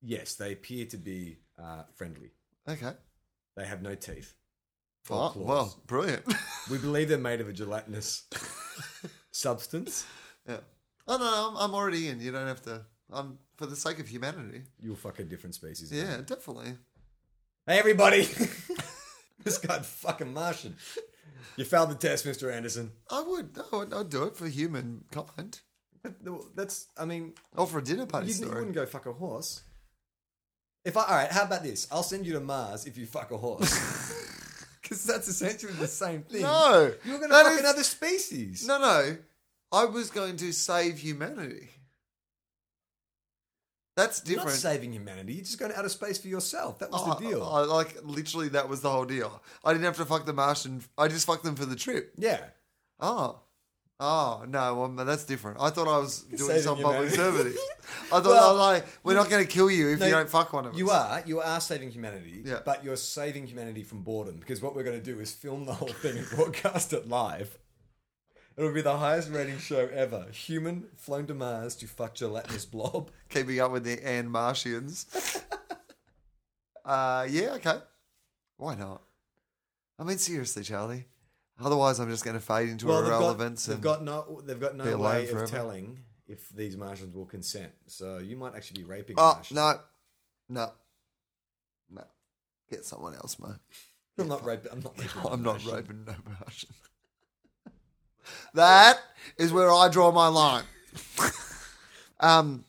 [SPEAKER 1] Yes, they appear to be uh, friendly.
[SPEAKER 2] Okay.
[SPEAKER 1] They have no teeth." or
[SPEAKER 2] Oh,
[SPEAKER 1] claws.
[SPEAKER 2] well, brilliant.
[SPEAKER 1] We believe they're made of a gelatinous substance.
[SPEAKER 2] yeah. Oh no, no, I'm, I'm already in. You don't have to. I'm for the sake of humanity.
[SPEAKER 1] You'll fuck a different species.
[SPEAKER 2] Yeah, definitely.
[SPEAKER 1] Hey, everybody. this guy fucking Martian. You failed the test, Mr. Anderson.
[SPEAKER 2] I would. I would. I'd do it for humankind
[SPEAKER 1] That's, I mean,
[SPEAKER 2] or for a dinner party.
[SPEAKER 1] you, you
[SPEAKER 2] story.
[SPEAKER 1] wouldn't go fuck a horse. If I, all right, how about this? I'll send you to Mars if you fuck a horse. Because that's essentially the same thing.
[SPEAKER 2] No,
[SPEAKER 1] You're going to
[SPEAKER 2] that
[SPEAKER 1] fuck
[SPEAKER 2] is-
[SPEAKER 1] another species.
[SPEAKER 2] No, no. I was going to save humanity. That's
[SPEAKER 1] You're
[SPEAKER 2] different.
[SPEAKER 1] not saving humanity. You're just going out of space for yourself. That was the
[SPEAKER 2] Oh,
[SPEAKER 1] deal.
[SPEAKER 2] I, like literally that was the whole deal. I didn't have to fuck the Martian. I just fucked them for the trip.
[SPEAKER 1] yeah.
[SPEAKER 2] Oh. Oh no! Well, no, that's different. I thought I was doing
[SPEAKER 1] Saving
[SPEAKER 2] some public
[SPEAKER 1] humanity.
[SPEAKER 2] service. I thought
[SPEAKER 1] Well,
[SPEAKER 2] I was like, "We're not going to kill you if
[SPEAKER 1] No,
[SPEAKER 2] you don't fuck one of
[SPEAKER 1] You
[SPEAKER 2] us."
[SPEAKER 1] are, you are saving humanity,
[SPEAKER 2] Yeah.
[SPEAKER 1] but you're saving humanity from boredom because what we're going to do is film the whole thing and broadcast it live. It'll be the highest rating show ever. Human flown to Mars to fuck gelatinous blob.
[SPEAKER 2] Keeping up with the and Martians. uh, yeah, okay. Why not? I mean, seriously, Charlie. Otherwise, I'm just going to fade into
[SPEAKER 1] Well, they've got-
[SPEAKER 2] irrelevance.
[SPEAKER 1] They've
[SPEAKER 2] and
[SPEAKER 1] got, no, they've got
[SPEAKER 2] be
[SPEAKER 1] no
[SPEAKER 2] alive
[SPEAKER 1] way
[SPEAKER 2] forever.
[SPEAKER 1] of telling if these Martians will consent. So you might actually be raping.
[SPEAKER 2] oh
[SPEAKER 1] Martians.
[SPEAKER 2] no, no, no. Get someone else, mate.
[SPEAKER 1] I'm not raping. I'm not. Raping
[SPEAKER 2] I'm not
[SPEAKER 1] Martians.
[SPEAKER 2] raping no Martian. that is where I draw my line. um,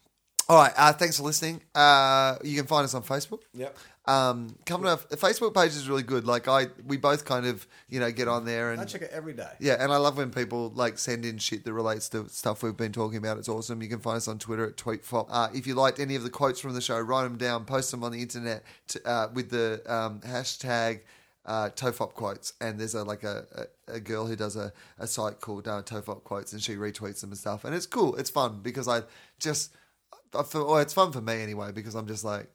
[SPEAKER 2] all right. Uh, thanks for listening. Uh, you can find us on Facebook.
[SPEAKER 1] Yep.
[SPEAKER 2] Um, come to our the Facebook page is really good. Like I, we both kind of you know get on there
[SPEAKER 1] I
[SPEAKER 2] and
[SPEAKER 1] check it every day.
[SPEAKER 2] yeah, and I love when people like send in shit that relates to stuff we've been talking about. It's awesome. You can find us on Twitter at tweetfop. Uh, if you liked any of the quotes from the show, write them down, post them on the internet to, uh, with the um, hashtag. uh, Tofop quotes, and there's a like a, a, a girl who does a, a site called uh, Tofop quotes, and she retweets them and stuff, and it's cool, it's fun because I just, I feel, well, it's fun for me anyway because I'm just like,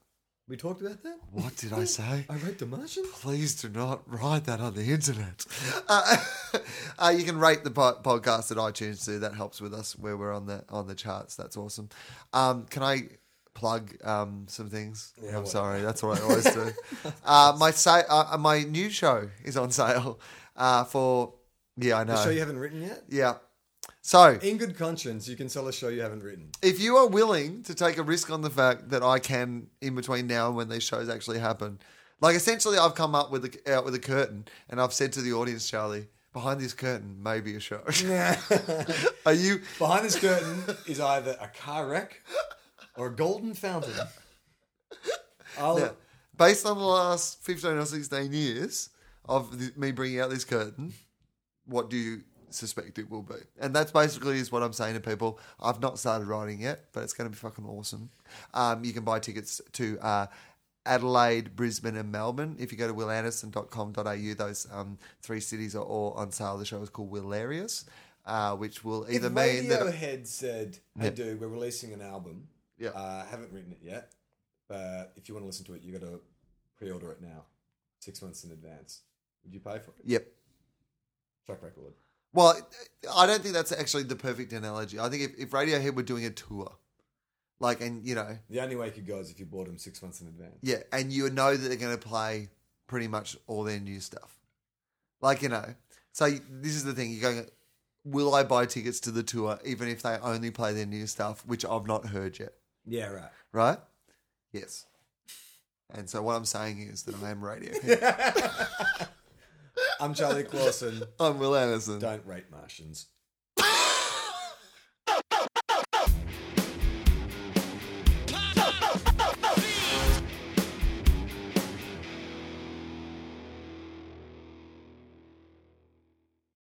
[SPEAKER 1] We talked about that?
[SPEAKER 2] what did I say?
[SPEAKER 1] I wrote The Martian?
[SPEAKER 2] Please do not write that on the internet. Uh, uh, you can rate the po- podcast at iTunes too. That helps with us where we're on the on the charts. That's awesome. Um, can I plug um, some things? I'm sorry. That's what I always do. uh, my sa- uh, my new show is on sale uh, for yeah I know
[SPEAKER 1] A show you haven't written yet?
[SPEAKER 2] yeah. So
[SPEAKER 1] In good conscience, you can sell a show you haven't written.
[SPEAKER 2] if you are willing to take a risk on the fact that I can, in between now and when these shows actually happen, like essentially, I've come up with a, out with a curtain, and I've said to the audience, Charlie, behind this curtain may be a show. are you?
[SPEAKER 1] Behind this curtain is either a car wreck or a golden fountain. I'll,
[SPEAKER 2] Yeah. Based on the last fifteen or sixteen years of th- me bringing out this curtain, what do you suspect it will be? And that's basically is what I'm saying to people. I've not started writing yet, but it's going to be fucking awesome. Um, you can buy tickets to uh, Adelaide, Brisbane, and Melbourne. If you go to willanderson.com.au, those um, three cities are all on sale. The show is called Willarious, uh, which will either
[SPEAKER 1] if
[SPEAKER 2] mean that
[SPEAKER 1] Radiohead said, "Hey, dude, we're releasing an album.
[SPEAKER 2] Yeah.
[SPEAKER 1] uh, haven't written it yet, but if you want to listen to it, you got to pre-order it now, six months in advance. Would you pay for it?
[SPEAKER 2] yep.
[SPEAKER 1] Track record.
[SPEAKER 2] Well, I don't think that's actually the perfect analogy. I think if, if Radiohead were doing a tour, like, and you know,
[SPEAKER 1] The only way you could go is if you bought them six months in advance.
[SPEAKER 2] yeah, and you know that they're going to play pretty much all their new stuff. Like, you know, so you- this is the thing you're going, will I buy tickets to the tour even if they only play their new stuff, which I've not heard yet,
[SPEAKER 1] Yeah, right.
[SPEAKER 2] right? Yes. And so what I'm saying is that I am Radiohead.
[SPEAKER 1] I'm Charlie Clausen.
[SPEAKER 2] I'm Will Anderson.
[SPEAKER 1] Don't rate Martians.